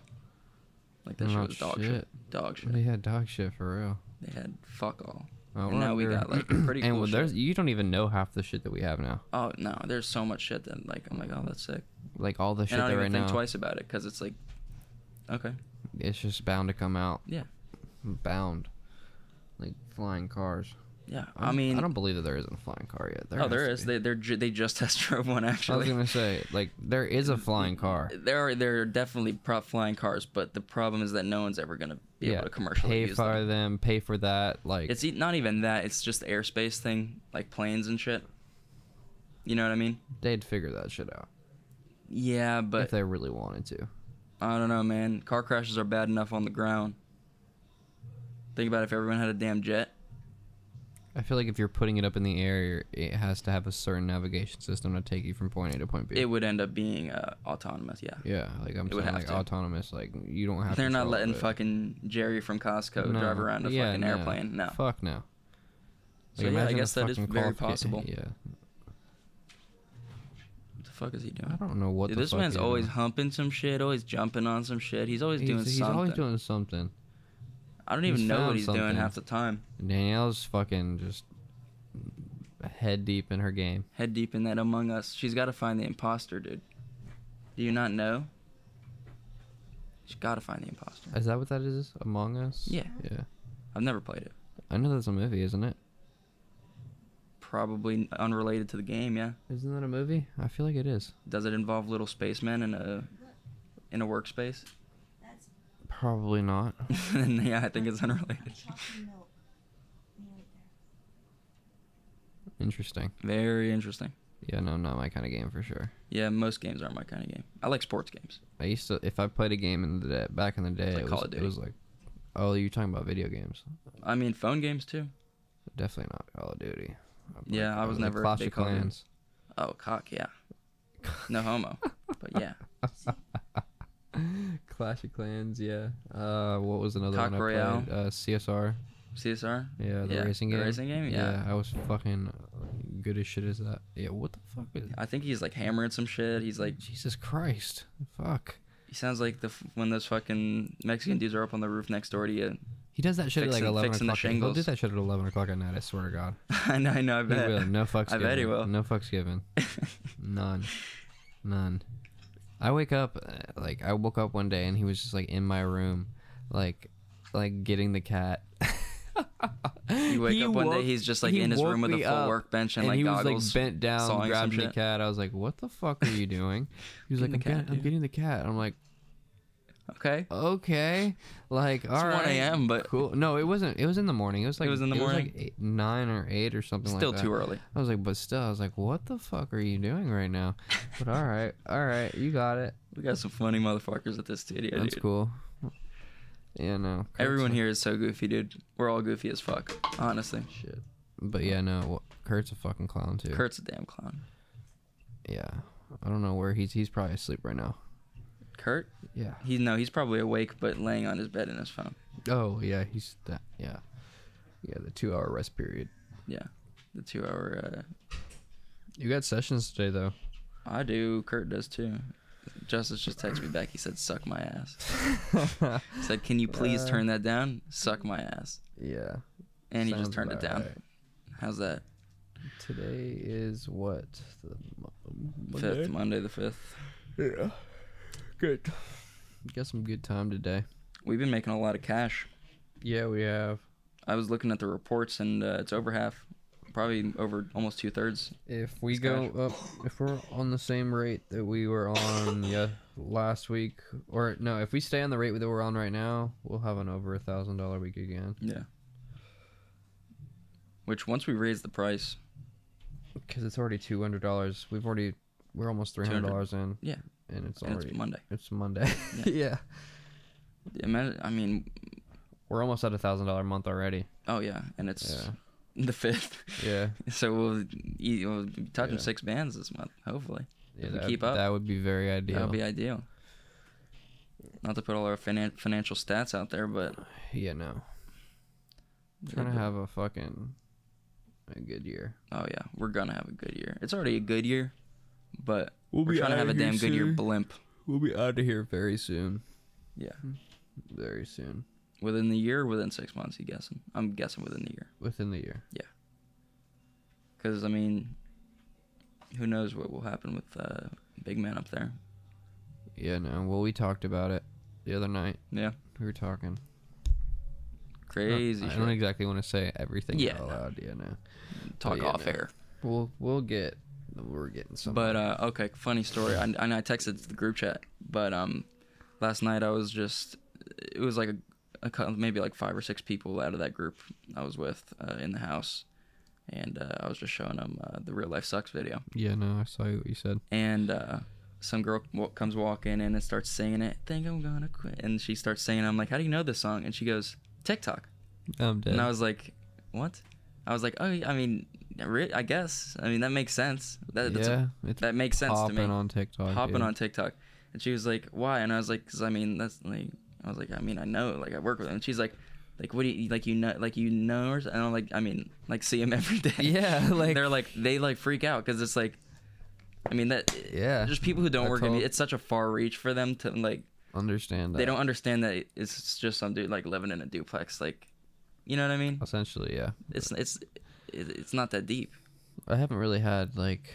Speaker 2: like that shit
Speaker 1: Not
Speaker 2: was dog shit.
Speaker 1: Oh, shit.
Speaker 2: Dog shit.
Speaker 1: They had dog shit for real.
Speaker 2: They had fuck all.
Speaker 1: I
Speaker 2: and now we
Speaker 1: wonder-
Speaker 2: got like pretty
Speaker 1: and
Speaker 2: cool.
Speaker 1: well, there's
Speaker 2: shit.
Speaker 1: you don't even know half the shit that we have now.
Speaker 2: Oh no, there's so much shit that like I'm like, oh that's sick.
Speaker 1: Like all the shit
Speaker 2: and I
Speaker 1: that
Speaker 2: don't even
Speaker 1: right
Speaker 2: think
Speaker 1: now,
Speaker 2: twice about it because it's like, okay,
Speaker 1: it's just bound to come out.
Speaker 2: yeah,
Speaker 1: Bound, like flying cars.
Speaker 2: yeah.
Speaker 1: I'm-
Speaker 2: I mean,
Speaker 1: I don't believe that there isn't a flying car yet.
Speaker 2: oh, there
Speaker 1: has
Speaker 2: is.
Speaker 1: to be.
Speaker 2: They they're ju- they just test drove one
Speaker 1: I was
Speaker 2: actually.
Speaker 1: gonna say like there is a flying car.
Speaker 2: There are there are definitely prop flying cars, but the problem is that no one's ever gonna be
Speaker 1: yeah,
Speaker 2: able to commercially
Speaker 1: pay
Speaker 2: use
Speaker 1: for
Speaker 2: them.
Speaker 1: them. pay for that. Like
Speaker 2: It's e- not even that. It's just the airspace thing, like planes and shit. You know what I mean?
Speaker 1: they'd figure that shit out
Speaker 2: Yeah,
Speaker 1: if
Speaker 2: but
Speaker 1: they really wanted to.
Speaker 2: I don't know, man. Car crashes are bad enough on the ground. Think about if everyone had a damn jet.
Speaker 1: I feel like if you're putting it up in the air, you're- it has to have a certain navigation system to take you from point A to point B.
Speaker 2: It would end up being uh, autonomous. Yeah.
Speaker 1: yeah, like I'm
Speaker 2: it would
Speaker 1: saying,
Speaker 2: have
Speaker 1: like
Speaker 2: to.
Speaker 1: autonomous. Like you don't have.
Speaker 2: They're not
Speaker 1: control of
Speaker 2: letting
Speaker 1: it.
Speaker 2: fucking Jerry from Costco
Speaker 1: No.
Speaker 2: drive around a
Speaker 1: Yeah,
Speaker 2: fucking
Speaker 1: no.
Speaker 2: airplane. No.
Speaker 1: Fuck no.
Speaker 2: So yeah, I
Speaker 1: imagine the
Speaker 2: guess that is
Speaker 1: fucking
Speaker 2: very
Speaker 1: qualifica-
Speaker 2: possible.
Speaker 1: Yeah,
Speaker 2: What the fuck is he
Speaker 1: I
Speaker 2: doing?
Speaker 1: don't know what
Speaker 2: Dude,
Speaker 1: the
Speaker 2: this
Speaker 1: fuck
Speaker 2: man's
Speaker 1: he's
Speaker 2: always
Speaker 1: doing.
Speaker 2: humping some shit, always jumping on some shit. He's always
Speaker 1: he's,
Speaker 2: doing
Speaker 1: he's
Speaker 2: something.
Speaker 1: always doing something.
Speaker 2: I don't
Speaker 1: he's
Speaker 2: even know what
Speaker 1: found
Speaker 2: he's doing
Speaker 1: something.
Speaker 2: half the time.
Speaker 1: Danielle's fucking just head deep in her game.
Speaker 2: Head deep in that Among Us. She's got to find the imposter, dude. Do you not know? She's got to find the imposter.
Speaker 1: Is that what that is? Among Us?
Speaker 2: Yeah.
Speaker 1: Yeah.
Speaker 2: I've never played it.
Speaker 1: I know that's a movie, isn't it?
Speaker 2: Probably unrelated to the game, yeah.
Speaker 1: Isn't that a movie? I feel like it is.
Speaker 2: Does it involve little spacemen in a in a workspace?
Speaker 3: That's
Speaker 1: Probably not.
Speaker 2: yeah, I think it's unrelated.
Speaker 3: chocolate milk. Nearly there.
Speaker 1: Interesting.
Speaker 2: Very interesting.
Speaker 1: Yeah, no, not my kind of game for sure.
Speaker 2: Yeah, most games aren't my kind of game. I like sports games.
Speaker 1: I used to, if I played a game in the day, back in the day,
Speaker 2: like
Speaker 1: it,
Speaker 2: Call
Speaker 1: was,
Speaker 2: of
Speaker 1: it
Speaker 2: Duty.
Speaker 1: was like, oh, you're talking about video games.
Speaker 2: I mean, phone games too.
Speaker 1: Definitely not Call of Duty. I played
Speaker 2: Yeah, I
Speaker 1: Call-
Speaker 2: was
Speaker 1: like
Speaker 2: never a
Speaker 1: Clash
Speaker 2: big
Speaker 1: of
Speaker 2: Call of Duty.
Speaker 1: Clans.
Speaker 2: Oh, cock, yeah. No homo. But yeah,
Speaker 1: Clash of Clans, yeah. Uh, what was another
Speaker 2: Cock
Speaker 1: one I
Speaker 2: Royale.
Speaker 1: played? Uh, CSR.
Speaker 2: CSR.
Speaker 1: Yeah, the
Speaker 2: Yeah,
Speaker 1: racing
Speaker 2: the
Speaker 1: game.
Speaker 2: racing game, yeah.
Speaker 1: I was fucking good as shit as that. Yeah, what the fuck is?
Speaker 2: I think he's like hammering some shit. He's like,
Speaker 1: Jesus Christ, fuck.
Speaker 2: he sounds like the f- when those fucking Mexican dudes are up on the roof next door to you.
Speaker 1: He does that shit at
Speaker 2: Fixing-
Speaker 1: like eleven
Speaker 2: fixing the
Speaker 1: o'clock. at- He'll do
Speaker 2: shingles.
Speaker 1: that shit at eleven o'clock at night. I swear to God.
Speaker 2: I know, I know. I
Speaker 1: He will.
Speaker 2: bet.
Speaker 1: No fucks.
Speaker 2: I
Speaker 1: given.
Speaker 2: bet he will.
Speaker 1: No fucks given. None. None. I wake up uh, like I woke up one day and he was just like in my room, like, like getting the cat.
Speaker 2: You wake
Speaker 1: He
Speaker 2: up one day,
Speaker 1: woke-
Speaker 2: he's just like
Speaker 1: he
Speaker 2: in his
Speaker 1: woke
Speaker 2: room with a
Speaker 1: me
Speaker 2: full
Speaker 1: up,
Speaker 2: workbench and,
Speaker 1: and
Speaker 2: like
Speaker 1: he
Speaker 2: goggles.
Speaker 1: was like bent down,
Speaker 2: sawing some
Speaker 1: grabbing the
Speaker 2: shit.
Speaker 1: cat. I was like, "What the fuck are you doing?" He was like,
Speaker 2: Getting
Speaker 1: I'm,
Speaker 2: the cat,
Speaker 1: getting, "I'm
Speaker 2: dude."
Speaker 1: getting the cat." I'm like,
Speaker 2: Okay.
Speaker 1: "Okay, like, all right."
Speaker 2: 1 a.m., but-
Speaker 1: cool. No, it wasn't. It was in the morning. It was like
Speaker 2: was in the
Speaker 1: like eight, nine or eight or something.
Speaker 2: Still
Speaker 1: like that.
Speaker 2: too early.
Speaker 1: I was like, "But still," I was like, "What the fuck are you doing right now?" But all right, all right, you got it.
Speaker 2: We got some funny motherfuckers at this studio,
Speaker 1: That's
Speaker 2: dude.
Speaker 1: cool. Yeah, no. Kirk's
Speaker 2: Everyone
Speaker 1: a-
Speaker 2: here is so goofy, dude. We're all goofy as fuck, honestly.
Speaker 1: Shit. But yeah, no. wh- Kurt's a fucking clown too.
Speaker 2: Kurt's a damn clown.
Speaker 1: Yeah. I don't know where he's. He's probably asleep right now.
Speaker 2: Kurt?
Speaker 1: Yeah.
Speaker 2: He no, he's probably awake but laying on his bed in his phone.
Speaker 1: Oh yeah, he's that. Yeah, yeah. The two-hour rest period.
Speaker 2: Yeah, the two-hour.
Speaker 1: You got sessions today though.
Speaker 2: Uh, I do. Kurt does too. Justice just texted me back. He said, "Suck my ass." He said, "Can you please turn that down? Suck my ass."
Speaker 1: yeah.
Speaker 2: And he
Speaker 1: sounds
Speaker 2: just turned it
Speaker 1: about
Speaker 2: down.
Speaker 1: right.
Speaker 2: How's that?
Speaker 1: Today is what the mo- Monday?
Speaker 2: Fifth Monday the fifth.
Speaker 1: Yeah. Good. Got some good time today.
Speaker 2: We've been making a lot of cash.
Speaker 1: Yeah, we have.
Speaker 2: I was looking at the reports, and uh, it's over half, probably over almost two thirds.
Speaker 1: If we go up, if we're on the same rate that we were on yeah last week, or no, if we stay on the rate that we're on right now, we'll have an over a thousand dollar week again.
Speaker 2: Yeah. Which once we raise the price,
Speaker 1: Because it's already two hundred dollars. We've already we're almost three hundred dollars in.
Speaker 2: Yeah.
Speaker 1: and it's
Speaker 2: and
Speaker 1: already
Speaker 2: it's Monday.
Speaker 1: it's Monday.
Speaker 2: Yeah.
Speaker 1: Yeah.
Speaker 2: Imagine, I mean,
Speaker 1: we're almost at a thousand dollar month already.
Speaker 2: oh yeah, and it's
Speaker 1: Yeah,
Speaker 2: the fifth.
Speaker 1: yeah,
Speaker 2: So we'll, e- we'll be touching
Speaker 1: Yeah.
Speaker 2: six bands this month, hopefully.
Speaker 1: yeah.
Speaker 2: we
Speaker 1: that,
Speaker 2: keep up,
Speaker 1: that would be very
Speaker 2: That
Speaker 1: ideal.
Speaker 2: would be ideal. Not to put all our finan- financial stats out there, but
Speaker 1: yeah, no, we're gonna have a fucking a good year.
Speaker 2: oh yeah, we're gonna have a good year. It's already a good year, but
Speaker 1: We'll
Speaker 2: we're trying to have a damn good year blimp.
Speaker 1: We'll be out of here very soon.
Speaker 2: Yeah.
Speaker 1: very soon
Speaker 2: Within the year, or within six months, you guessing? I'm guessing within the year,
Speaker 1: within the year.
Speaker 2: because I mean, who knows what will happen with uh, Big Man up there?
Speaker 1: Yeah, no. Well, we talked about it the other night.
Speaker 2: Yeah,
Speaker 1: We were talking.
Speaker 2: crazy.
Speaker 1: I
Speaker 2: shit.
Speaker 1: don't exactly want to say everything
Speaker 2: Yeah,
Speaker 1: out
Speaker 2: no.
Speaker 1: loud. Yeah, no.
Speaker 2: Talk
Speaker 1: yeah,
Speaker 2: off
Speaker 1: no.
Speaker 2: air.
Speaker 1: We'll we'll get we're getting some.
Speaker 2: But uh, okay, funny story. I, I know I texted to the group chat, but um, last night I was just it was like a, a cou- maybe like five or six people out of that group I was with uh, in the house, and uh, I was just showing them uh, the real life sucks video,
Speaker 1: yeah, no. I saw what you said.
Speaker 2: and uh, some girl wa- comes walking in and starts singing it. Think I'm gonna quit, and she starts singing. I'm like, how do you know this song? And she goes TikTok.
Speaker 1: I'm dead.
Speaker 2: And I was like, what? I was like, oh, I mean, re- I guess. I mean, that makes sense. That, that's
Speaker 1: yeah, it's
Speaker 2: that makes sense to
Speaker 1: popping
Speaker 2: me.
Speaker 1: on TikTok.
Speaker 2: Hopping
Speaker 1: dude.
Speaker 2: on TikTok. And she was like, why? And I was like, because I mean, that's like, I was like, I mean, I know, like, I work with him. And she's like, like, what do you, like, you know, like, you know, or something? And I'm like, I mean, like, see him every day.
Speaker 1: Yeah, like-
Speaker 2: they're like, they like freak out because it's like, I mean, that,
Speaker 1: Yeah,
Speaker 2: just people who don't
Speaker 1: I
Speaker 2: work in,
Speaker 1: told-
Speaker 2: mu- it's such a far reach for them to, like,
Speaker 1: Understand that.
Speaker 2: they don't understand that it's just some dude, like, living in a duplex. Like, you know what I mean?
Speaker 1: Essentially, yeah.
Speaker 2: It's, it's, it- it's not that deep.
Speaker 1: I haven't really had like,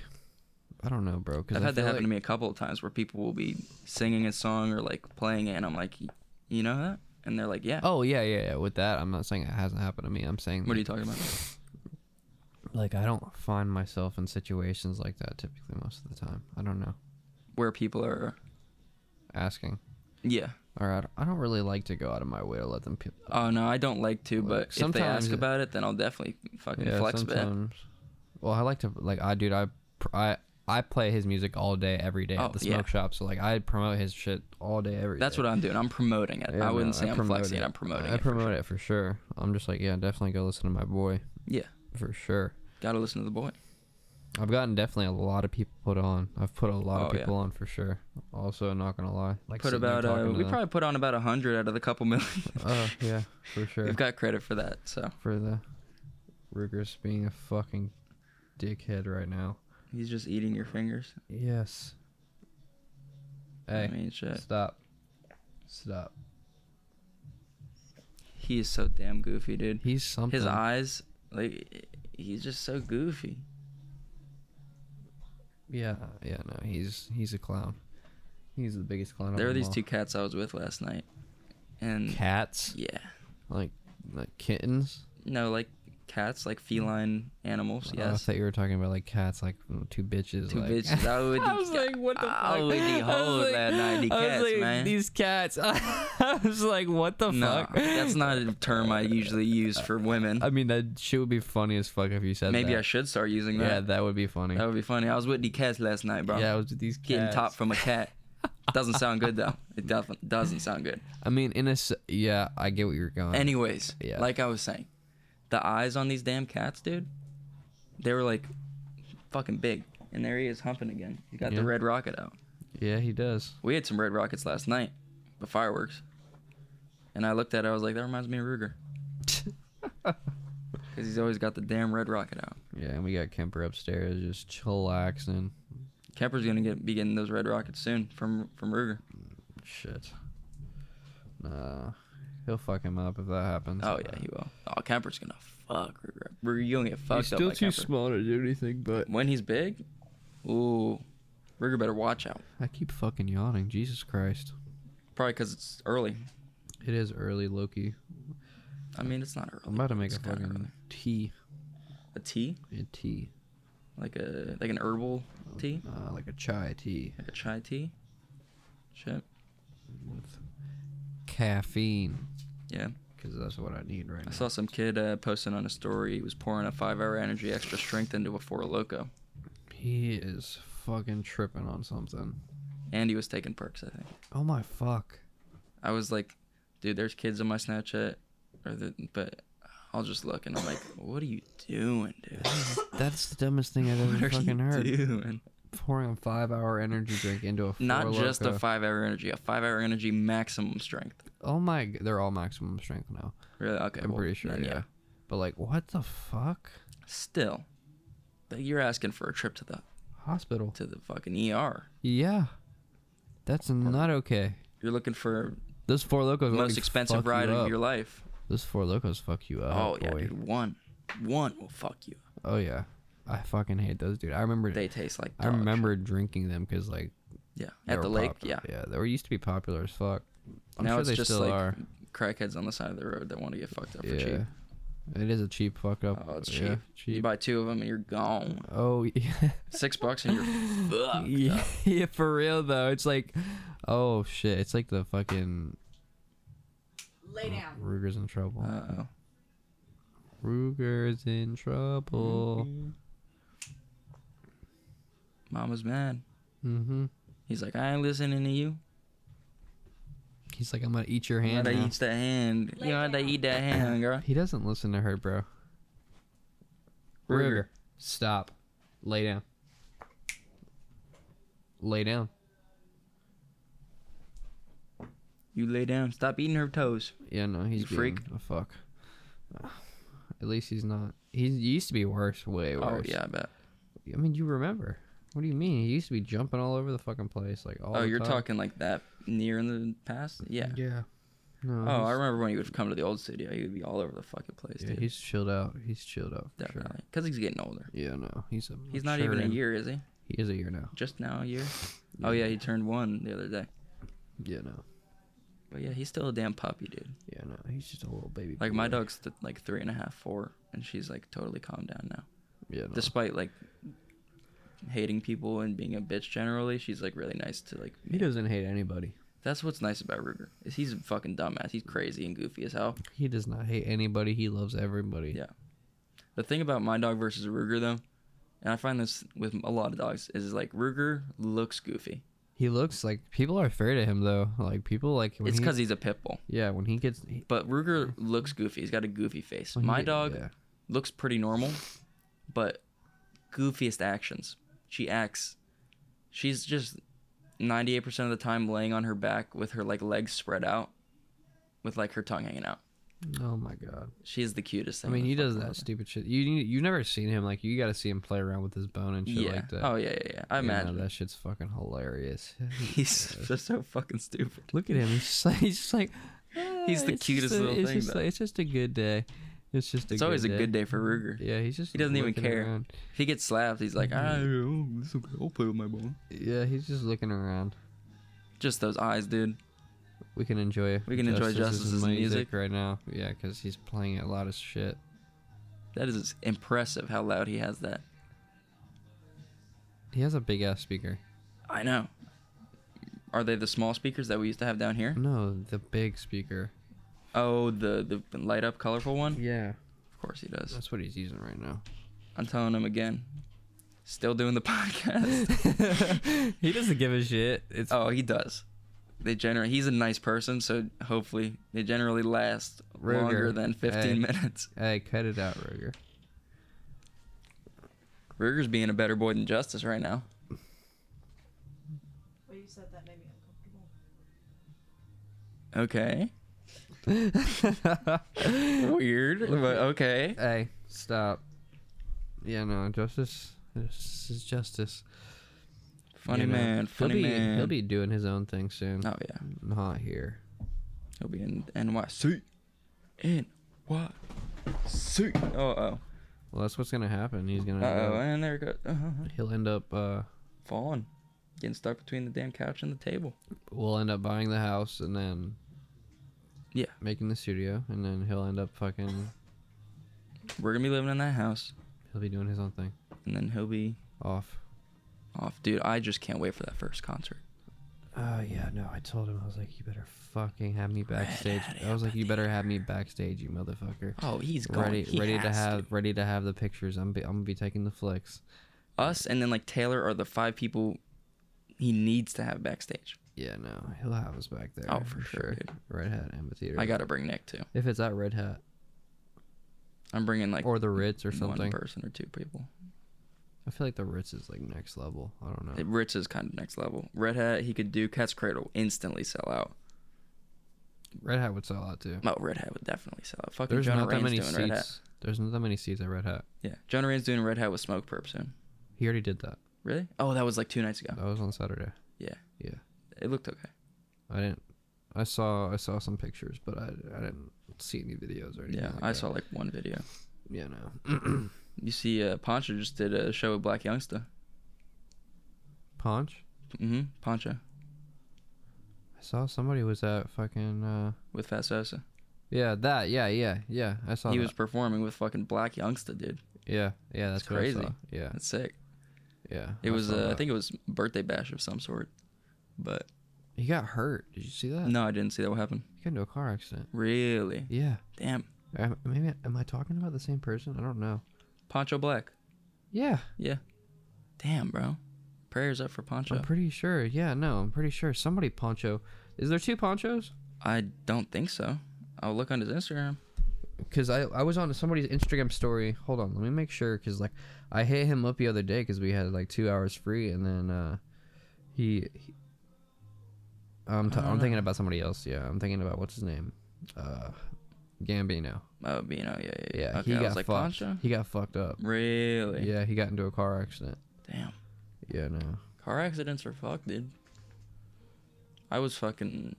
Speaker 1: I don't know, bro. Cause
Speaker 2: I've
Speaker 1: I
Speaker 2: had that
Speaker 1: feel
Speaker 2: happen to
Speaker 1: like-
Speaker 2: me a couple of times where people will be singing a song or like playing it, and I'm like, "Y- you know that? And they're like, yeah.
Speaker 1: Oh yeah, yeah, yeah. With that, I'm not saying it hasn't happened to me. I'm saying
Speaker 2: What are you
Speaker 1: like,
Speaker 2: talking about?
Speaker 1: like I don't find myself in situations like that typically most of the time. I don't know.
Speaker 2: Where people are,
Speaker 1: Asking.
Speaker 2: yeah.
Speaker 1: Or I don't, I don't really like to go out of my way to let them. uh, Pe-
Speaker 2: Oh no, I don't like to,
Speaker 1: Like,
Speaker 2: but if they
Speaker 1: sometimes
Speaker 2: ask
Speaker 1: it-
Speaker 2: about it, then I'll definitely fucking flex bet.
Speaker 1: Well, I like to like I dude I pr- I I play his music all day every day
Speaker 2: Oh,
Speaker 1: at the
Speaker 2: yeah.
Speaker 1: smoke shop. So like I promote his shit all day every day.
Speaker 2: That's what I'm doing. I'm promoting it.
Speaker 1: Yeah,
Speaker 2: I wouldn't
Speaker 1: no,
Speaker 2: say I am
Speaker 1: promote
Speaker 2: flexing.
Speaker 1: it.
Speaker 2: I'm promoting.
Speaker 1: I
Speaker 2: it for
Speaker 1: promote
Speaker 2: sure.
Speaker 1: it for sure. I'm just like, yeah, definitely go listen to my boy.
Speaker 2: Yeah.
Speaker 1: for sure.
Speaker 2: Gotta listen to the boy.
Speaker 1: I've gotten definitely a lot of people put on. I've put a lot of
Speaker 2: Oh, yeah.
Speaker 1: people on for sure. Also, not gonna lie, like
Speaker 2: Put
Speaker 1: sitting there
Speaker 2: about uh,
Speaker 1: talking to
Speaker 2: we
Speaker 1: them.
Speaker 2: probably put on about a hundred out of the couple million.
Speaker 1: Oh yeah, for sure.
Speaker 2: We've got credit for that. So
Speaker 1: for the Ruger's being a fucking dickhead right now.
Speaker 2: he's just eating your fingers.
Speaker 1: Yes.
Speaker 2: I
Speaker 1: Hey,
Speaker 2: mean, shit.
Speaker 1: stop. Stop.
Speaker 2: He is so damn goofy, dude.
Speaker 1: He's something.
Speaker 2: His eyes, like, he's just so goofy.
Speaker 1: Yeah, yeah, no, he's he's a clown. He's the biggest clown. of
Speaker 2: There were
Speaker 1: them
Speaker 2: these
Speaker 1: all.
Speaker 2: two cats I was with last night, and
Speaker 1: cats,
Speaker 2: yeah,
Speaker 1: like like kittens.
Speaker 2: no, like cats, like feline animals.
Speaker 1: Oh, I
Speaker 2: Yes,
Speaker 1: thought you were talking about like cats, like mm, two bitches.
Speaker 2: two
Speaker 1: like.
Speaker 2: bitches. I would.
Speaker 1: I was like, what the
Speaker 2: I
Speaker 1: fuck?
Speaker 2: would be
Speaker 1: I was
Speaker 2: whole
Speaker 1: like-
Speaker 2: that night. The
Speaker 1: I was
Speaker 2: cats,
Speaker 1: like,
Speaker 2: man.
Speaker 1: These cats. I was like, what the
Speaker 2: no,
Speaker 1: fuck?
Speaker 2: that's not a term I usually use for women.
Speaker 1: I mean, that shit would be funny as fuck if you said
Speaker 2: Maybe
Speaker 1: that.
Speaker 2: I should start using
Speaker 1: Yeah,
Speaker 2: that.
Speaker 1: that would be funny.
Speaker 2: that would be funny. I was with the cats last night, bro.
Speaker 1: yeah, it was these cats.
Speaker 2: getting top from a cat. doesn't sound good though. It doesn't doesn't sound good.
Speaker 1: I mean, in a s- yeah, I get what you're going.
Speaker 2: Anyways,
Speaker 1: yeah.
Speaker 2: like I was saying, the eyes on these damn cats, dude, they were like fucking big. And there he is humping again. He got the
Speaker 1: Yeah.
Speaker 2: red rocket out.
Speaker 1: yeah, he does.
Speaker 2: We had some red rockets last night, the fireworks. And I looked at it, I was like, that reminds me of Ruger. Because he's always got the damn red rocket out.
Speaker 1: Yeah, and we got Kemper upstairs just chillaxing.
Speaker 2: Kemper's gonna get be getting those red rockets soon from from Ruger.
Speaker 1: Shit. Nah, he'll fuck him up if that happens.
Speaker 2: Oh yeah, he will. Oh, Kemper's gonna fuck Ruger. up. Ruger, you gonna get fucked
Speaker 1: He's
Speaker 2: up
Speaker 1: still
Speaker 2: by
Speaker 1: too
Speaker 2: Kemper.
Speaker 1: small to do anything, but
Speaker 2: When he's big, ooh, Ruger better watch out.
Speaker 1: I keep fucking yawning. Jesus Christ.
Speaker 2: Probably because it's early.
Speaker 1: It is early, Loki.
Speaker 2: I mean, it's not early.
Speaker 1: I'm about to make
Speaker 2: It's
Speaker 1: a
Speaker 2: kinda
Speaker 1: fucking
Speaker 2: early.
Speaker 1: tea.
Speaker 2: a tea,
Speaker 1: A tea.
Speaker 2: like a like an herbal tea,
Speaker 1: Uh, like a chai tea
Speaker 2: like a chai tea. Shit.
Speaker 1: with caffeine.
Speaker 2: Yeah.
Speaker 1: Because that's what I need right
Speaker 2: I
Speaker 1: now.
Speaker 2: saw some kid uh, posting on a story. He was pouring a five-hour energy extra strength into a four loco,
Speaker 1: He is fucking tripping on something.
Speaker 2: and he was taking perks. I think.
Speaker 1: Oh my fuck.
Speaker 2: I was like, dude, there's kids on my Snapchat, or the, but I'll just look and I'm like, what are you doing, dude?
Speaker 1: That's the dumbest thing I've
Speaker 2: What
Speaker 1: ever
Speaker 2: are
Speaker 1: fucking heard.
Speaker 2: you doing?
Speaker 1: Pouring a five hour energy drink into a four
Speaker 2: Not just a
Speaker 1: Loko.
Speaker 2: five-hour energy, a five-hour energy maximum strength.
Speaker 1: Oh my. g- They're all maximum strength now.
Speaker 2: Really? Okay.
Speaker 1: I'm
Speaker 2: well,
Speaker 1: pretty sure,
Speaker 2: then,
Speaker 1: yeah. But like, what the fuck?
Speaker 2: Still, th- you're asking for a trip to the
Speaker 1: Hospital.
Speaker 2: to the fucking ER.
Speaker 1: Yeah. That's not okay.
Speaker 2: You're looking for
Speaker 1: Those four locos.
Speaker 2: the most
Speaker 1: already fuck
Speaker 2: expensive
Speaker 1: you
Speaker 2: ride of
Speaker 1: up.
Speaker 2: your life.
Speaker 1: Those four locos fuck you up.
Speaker 2: oh
Speaker 1: boy.
Speaker 2: yeah, dude. One, one will fuck you.
Speaker 1: Oh yeah, I fucking hate those, dude. I remember.
Speaker 2: They taste like.
Speaker 1: I
Speaker 2: dog shit.
Speaker 1: remember drinking them because like
Speaker 2: Yeah.
Speaker 1: they
Speaker 2: At the
Speaker 1: were
Speaker 2: lake.
Speaker 1: popular.
Speaker 2: Yeah.
Speaker 1: yeah, they were used to be popular as fuck. I'm
Speaker 2: now
Speaker 1: sure
Speaker 2: it's
Speaker 1: they
Speaker 2: just
Speaker 1: still
Speaker 2: like
Speaker 1: are.
Speaker 2: crackheads on the side of the road that want to get fucked up for
Speaker 1: yeah,
Speaker 2: cheap.
Speaker 1: it is a cheap fuck up.
Speaker 2: Oh, it's cheap.
Speaker 1: yeah,
Speaker 2: You buy two of them and you're gone.
Speaker 1: oh yeah.
Speaker 2: Six bucks and you're fucked.
Speaker 1: yeah, yeah, for real though. It's like, oh shit, it's like the fucking
Speaker 3: Lay down.
Speaker 1: Ruger's in trouble.
Speaker 2: Uh oh.
Speaker 1: Ruger's in trouble.
Speaker 2: Mama's mad.
Speaker 1: Mm-hmm.
Speaker 2: He's like, I ain't listening to you.
Speaker 1: He's like, I'm gonna eat your
Speaker 2: You
Speaker 1: hand.
Speaker 2: gotta
Speaker 1: now."
Speaker 2: eat that hand. You
Speaker 3: Lay
Speaker 2: gotta
Speaker 3: down.
Speaker 2: eat that hand, girl.
Speaker 1: He doesn't listen to her, bro.
Speaker 2: Ruger.
Speaker 1: Ruger, stop. Lay down. Lay down.
Speaker 2: You lay down. Stop eating her toes.
Speaker 1: Yeah, no, he's
Speaker 2: You freak.
Speaker 1: being A fuck. At least he's not. He used to be worse, way
Speaker 2: Oh
Speaker 1: worse.
Speaker 2: yeah, I bet.
Speaker 1: I mean, you remember? What do you mean? He used to be jumping all over the fucking place, like all.
Speaker 2: oh,
Speaker 1: the
Speaker 2: you're
Speaker 1: time.
Speaker 2: talking like that near in the past? Yeah.
Speaker 1: Yeah. No.
Speaker 2: Oh, I
Speaker 1: he's-
Speaker 2: remember when he would come to the old studio. He would be all over the fucking place,
Speaker 1: yeah,
Speaker 2: dude.
Speaker 1: he's chilled out. He's chilled out. For sure.
Speaker 2: Definitely, because he's getting older.
Speaker 1: Yeah, no, he's a.
Speaker 2: He's not even a
Speaker 1: maturing-
Speaker 2: year, is he?
Speaker 1: He is a year now.
Speaker 2: Just now a year. Oh yeah, he turned one the other day.
Speaker 1: Yeah, no.
Speaker 2: But yeah, he's still a damn puppy, dude.
Speaker 1: Yeah, no. He's just a little baby.
Speaker 2: Like my
Speaker 1: boy.
Speaker 2: dog's th- like three and a half, four, and she's like totally calmed down now.
Speaker 1: Yeah. No.
Speaker 2: Despite like hating people and being a bitch generally, she's like really nice to like.
Speaker 1: He
Speaker 2: me.
Speaker 1: doesn't hate anybody.
Speaker 2: That's what's nice about Ruger is he's a fucking dumbass. He's crazy and goofy as hell.
Speaker 1: He does not hate anybody. He loves everybody.
Speaker 2: Yeah. The thing about my dog versus a Ruger though, and I find this with a lot of dogs, is like Ruger looks goofy.
Speaker 1: He looks like people are afraid of him though. Like people like when
Speaker 2: it's
Speaker 1: he-
Speaker 2: because he's a pit bull.
Speaker 1: yeah when he gets he-
Speaker 2: But Ruger looks goofy. He's got a goofy face.
Speaker 1: when he
Speaker 2: My
Speaker 1: get-
Speaker 2: dog
Speaker 1: yeah.
Speaker 2: looks pretty normal, but goofiest actions. She acts. She's just 98% of the time laying on her back with her like legs spread out, with like her tongue hanging out.
Speaker 1: Oh my god!
Speaker 2: She is the
Speaker 1: I
Speaker 2: cutest thing.
Speaker 1: mean
Speaker 2: in the
Speaker 1: he does
Speaker 2: fucking
Speaker 1: that
Speaker 2: world.
Speaker 1: stupid shit. You need- you never seen him like you got to see him play around with his bone and shit
Speaker 2: Yeah.
Speaker 1: like that.
Speaker 2: oh yeah, yeah, yeah. I
Speaker 1: You know,
Speaker 2: imagine.
Speaker 1: that shit's fucking hilarious.
Speaker 2: He's just so fucking stupid.
Speaker 1: Look at him. He's just like, he's just like "Ah,
Speaker 2: He's the
Speaker 1: it's just
Speaker 2: cutest
Speaker 1: a-
Speaker 2: little
Speaker 1: it's
Speaker 2: thing,
Speaker 1: Just
Speaker 2: though.
Speaker 1: like- it's just a good day. It's just a
Speaker 2: It's
Speaker 1: good
Speaker 2: always a
Speaker 1: day.
Speaker 2: good day for Ruger.
Speaker 1: Yeah, he's just
Speaker 2: He doesn't even
Speaker 1: looking
Speaker 2: care.
Speaker 1: around.
Speaker 2: If he gets slapped, he's like, ah, oh,
Speaker 1: Mm-hmm.
Speaker 2: it's okay. I'll play with my bone.
Speaker 1: Yeah, he's just looking around.
Speaker 2: Just those eyes, dude.
Speaker 1: We can enjoy.
Speaker 2: We can enjoy Justice's music.
Speaker 1: right now. Yeah, because he's playing a lot of shit.
Speaker 2: That is impressive how loud he has that.
Speaker 1: He has a big ass speaker.
Speaker 2: I know. Are they the small speakers that we used to have down here?
Speaker 1: No, the big speaker.
Speaker 2: Oh, the the light up colorful one?
Speaker 1: Yeah,
Speaker 2: Of course he does.
Speaker 1: that's what he's using right now.
Speaker 2: I'm telling him again. Still doing the podcast.
Speaker 1: he doesn't give a shit. It's
Speaker 2: oh, he does. They generally he's a nice person, so hopefully they generally last longer
Speaker 1: Ruger.
Speaker 2: than 15
Speaker 1: Hey.
Speaker 2: minutes.
Speaker 1: hey, cut it out, Ruger.
Speaker 2: Ruger's being a better boy than Justice right now.
Speaker 3: Well, you said that made me uncomfortable.
Speaker 2: Okay. Weird, but okay.
Speaker 1: hey, stop. Yeah, no, Justice. This is justice.
Speaker 2: Funny
Speaker 1: You know,
Speaker 2: man, funny
Speaker 1: he'll be,
Speaker 2: man.
Speaker 1: He'll be doing his own thing soon.
Speaker 2: Oh yeah,
Speaker 1: Not here.
Speaker 2: he'll be in NYC. NYC. Oh oh.
Speaker 1: Well, that's what's gonna happen. He's
Speaker 2: Uh
Speaker 1: gonna. end
Speaker 2: oh,
Speaker 1: up-
Speaker 2: and there it goes. Uh-huh.
Speaker 1: He'll end up. uh
Speaker 2: Falling, getting stuck between the damn couch and the table.
Speaker 1: We'll end up buying the house and then
Speaker 2: Yeah.
Speaker 1: making the studio, and then he'll end up fucking.
Speaker 2: We're gonna be living in that house,
Speaker 1: He'll be doing his own thing.
Speaker 2: and then he'll be
Speaker 1: Off.
Speaker 2: off. Dude, I just can't wait for that first concert.
Speaker 1: Uh, yeah, no, I told him I was like, you better fucking have me backstage.
Speaker 2: outta
Speaker 1: I was like, you better have me backstage, you motherfucker.
Speaker 2: Oh, he's going.
Speaker 1: Ready,
Speaker 2: He
Speaker 1: ready to
Speaker 2: has
Speaker 1: have, ready to have the pictures. I'm, be, I'm gonna be taking the flicks.
Speaker 2: us, and then like Taylor are the five people he needs to have backstage.
Speaker 1: Yeah, no, he'll have us back there.
Speaker 2: Oh, for sure, dude.
Speaker 1: Red Hat Amphitheater.
Speaker 2: I gotta bring Nick too.
Speaker 1: If it's at Red Hat
Speaker 2: I'm bringing like
Speaker 1: or the Ritz or something,
Speaker 2: one person or two people.
Speaker 1: I feel like the Ritz is like next level. I don't know.
Speaker 2: It- Ritz is kind of next level. Red Hat, he could do Cat's Cradle, instantly sell out.
Speaker 1: Red Hat would sell out too.
Speaker 2: Oh, Red Hat would definitely sell out. Fucking
Speaker 1: There's
Speaker 2: John
Speaker 1: not that
Speaker 2: Rain's
Speaker 1: many
Speaker 2: doing Red Hat.
Speaker 1: seats. There's not that many seats at Red Hat.
Speaker 2: Yeah, John Rain's doing Red Hat with Smoke Perp soon.
Speaker 1: He already did that.
Speaker 2: Really? Oh, that was like two nights ago.
Speaker 1: That was on Saturday.
Speaker 2: Yeah.
Speaker 1: Yeah.
Speaker 2: It looked okay.
Speaker 1: I didn't. I saw I saw some pictures, but I, I didn't see any videos or anything.
Speaker 2: Yeah,
Speaker 1: like
Speaker 2: I
Speaker 1: that.
Speaker 2: saw like one video.
Speaker 1: Yeah, no.
Speaker 2: You see, uh, Poncha just did a show with Black Youngsta.
Speaker 1: Punch.
Speaker 2: Mm-hmm. Poncha
Speaker 1: I saw somebody was at fucking. Uh,
Speaker 2: with Fat Sosa.
Speaker 1: yeah, that. Yeah, yeah, yeah. I saw.
Speaker 2: He
Speaker 1: that.
Speaker 2: was performing with fucking Black Youngsta, dude.
Speaker 1: Yeah, yeah. That's
Speaker 2: It's
Speaker 1: what I
Speaker 2: crazy.
Speaker 1: saw. Yeah,
Speaker 2: That's sick.
Speaker 1: yeah.
Speaker 2: It
Speaker 1: I
Speaker 2: was,
Speaker 1: saw
Speaker 2: uh, I
Speaker 1: that.
Speaker 2: think it was birthday bash of some sort. But
Speaker 1: he got hurt. Did you see that?
Speaker 2: no, I didn't see that. What happened?
Speaker 1: He got into a car accident.
Speaker 2: Really?
Speaker 1: Yeah.
Speaker 2: Damn.
Speaker 1: Am, maybe am I talking about the same person? I don't know.
Speaker 2: Poncho Black.
Speaker 1: Yeah,
Speaker 2: Yeah. Damn, bro. Prayers up for Poncho.
Speaker 1: I'm pretty sure. Yeah, no, I'm pretty sure. Somebody poncho. Is there two ponchos?
Speaker 2: I don't think so. I'll look on his Instagram.
Speaker 1: because I, I was on somebody's Instagram story. Hold on, let me make sure because like I hit him up the other day because we had like two hours free, and then uh, he. he I'm, t-
Speaker 2: I don't
Speaker 1: I'm thinking
Speaker 2: know.
Speaker 1: about somebody else. Yeah, I'm thinking about what's his name, uh, Gambino.
Speaker 2: Oh, Bino. Yeah, yeah, yeah.
Speaker 1: Yeah,
Speaker 2: okay,
Speaker 1: he
Speaker 2: I
Speaker 1: got
Speaker 2: was like,
Speaker 1: fucked.
Speaker 2: Poncho?
Speaker 1: He got fucked up.
Speaker 2: Really?
Speaker 1: Yeah, he got into a car accident.
Speaker 2: Damn.
Speaker 1: Yeah, no.
Speaker 2: Car accidents are fucked, dude. I was fucking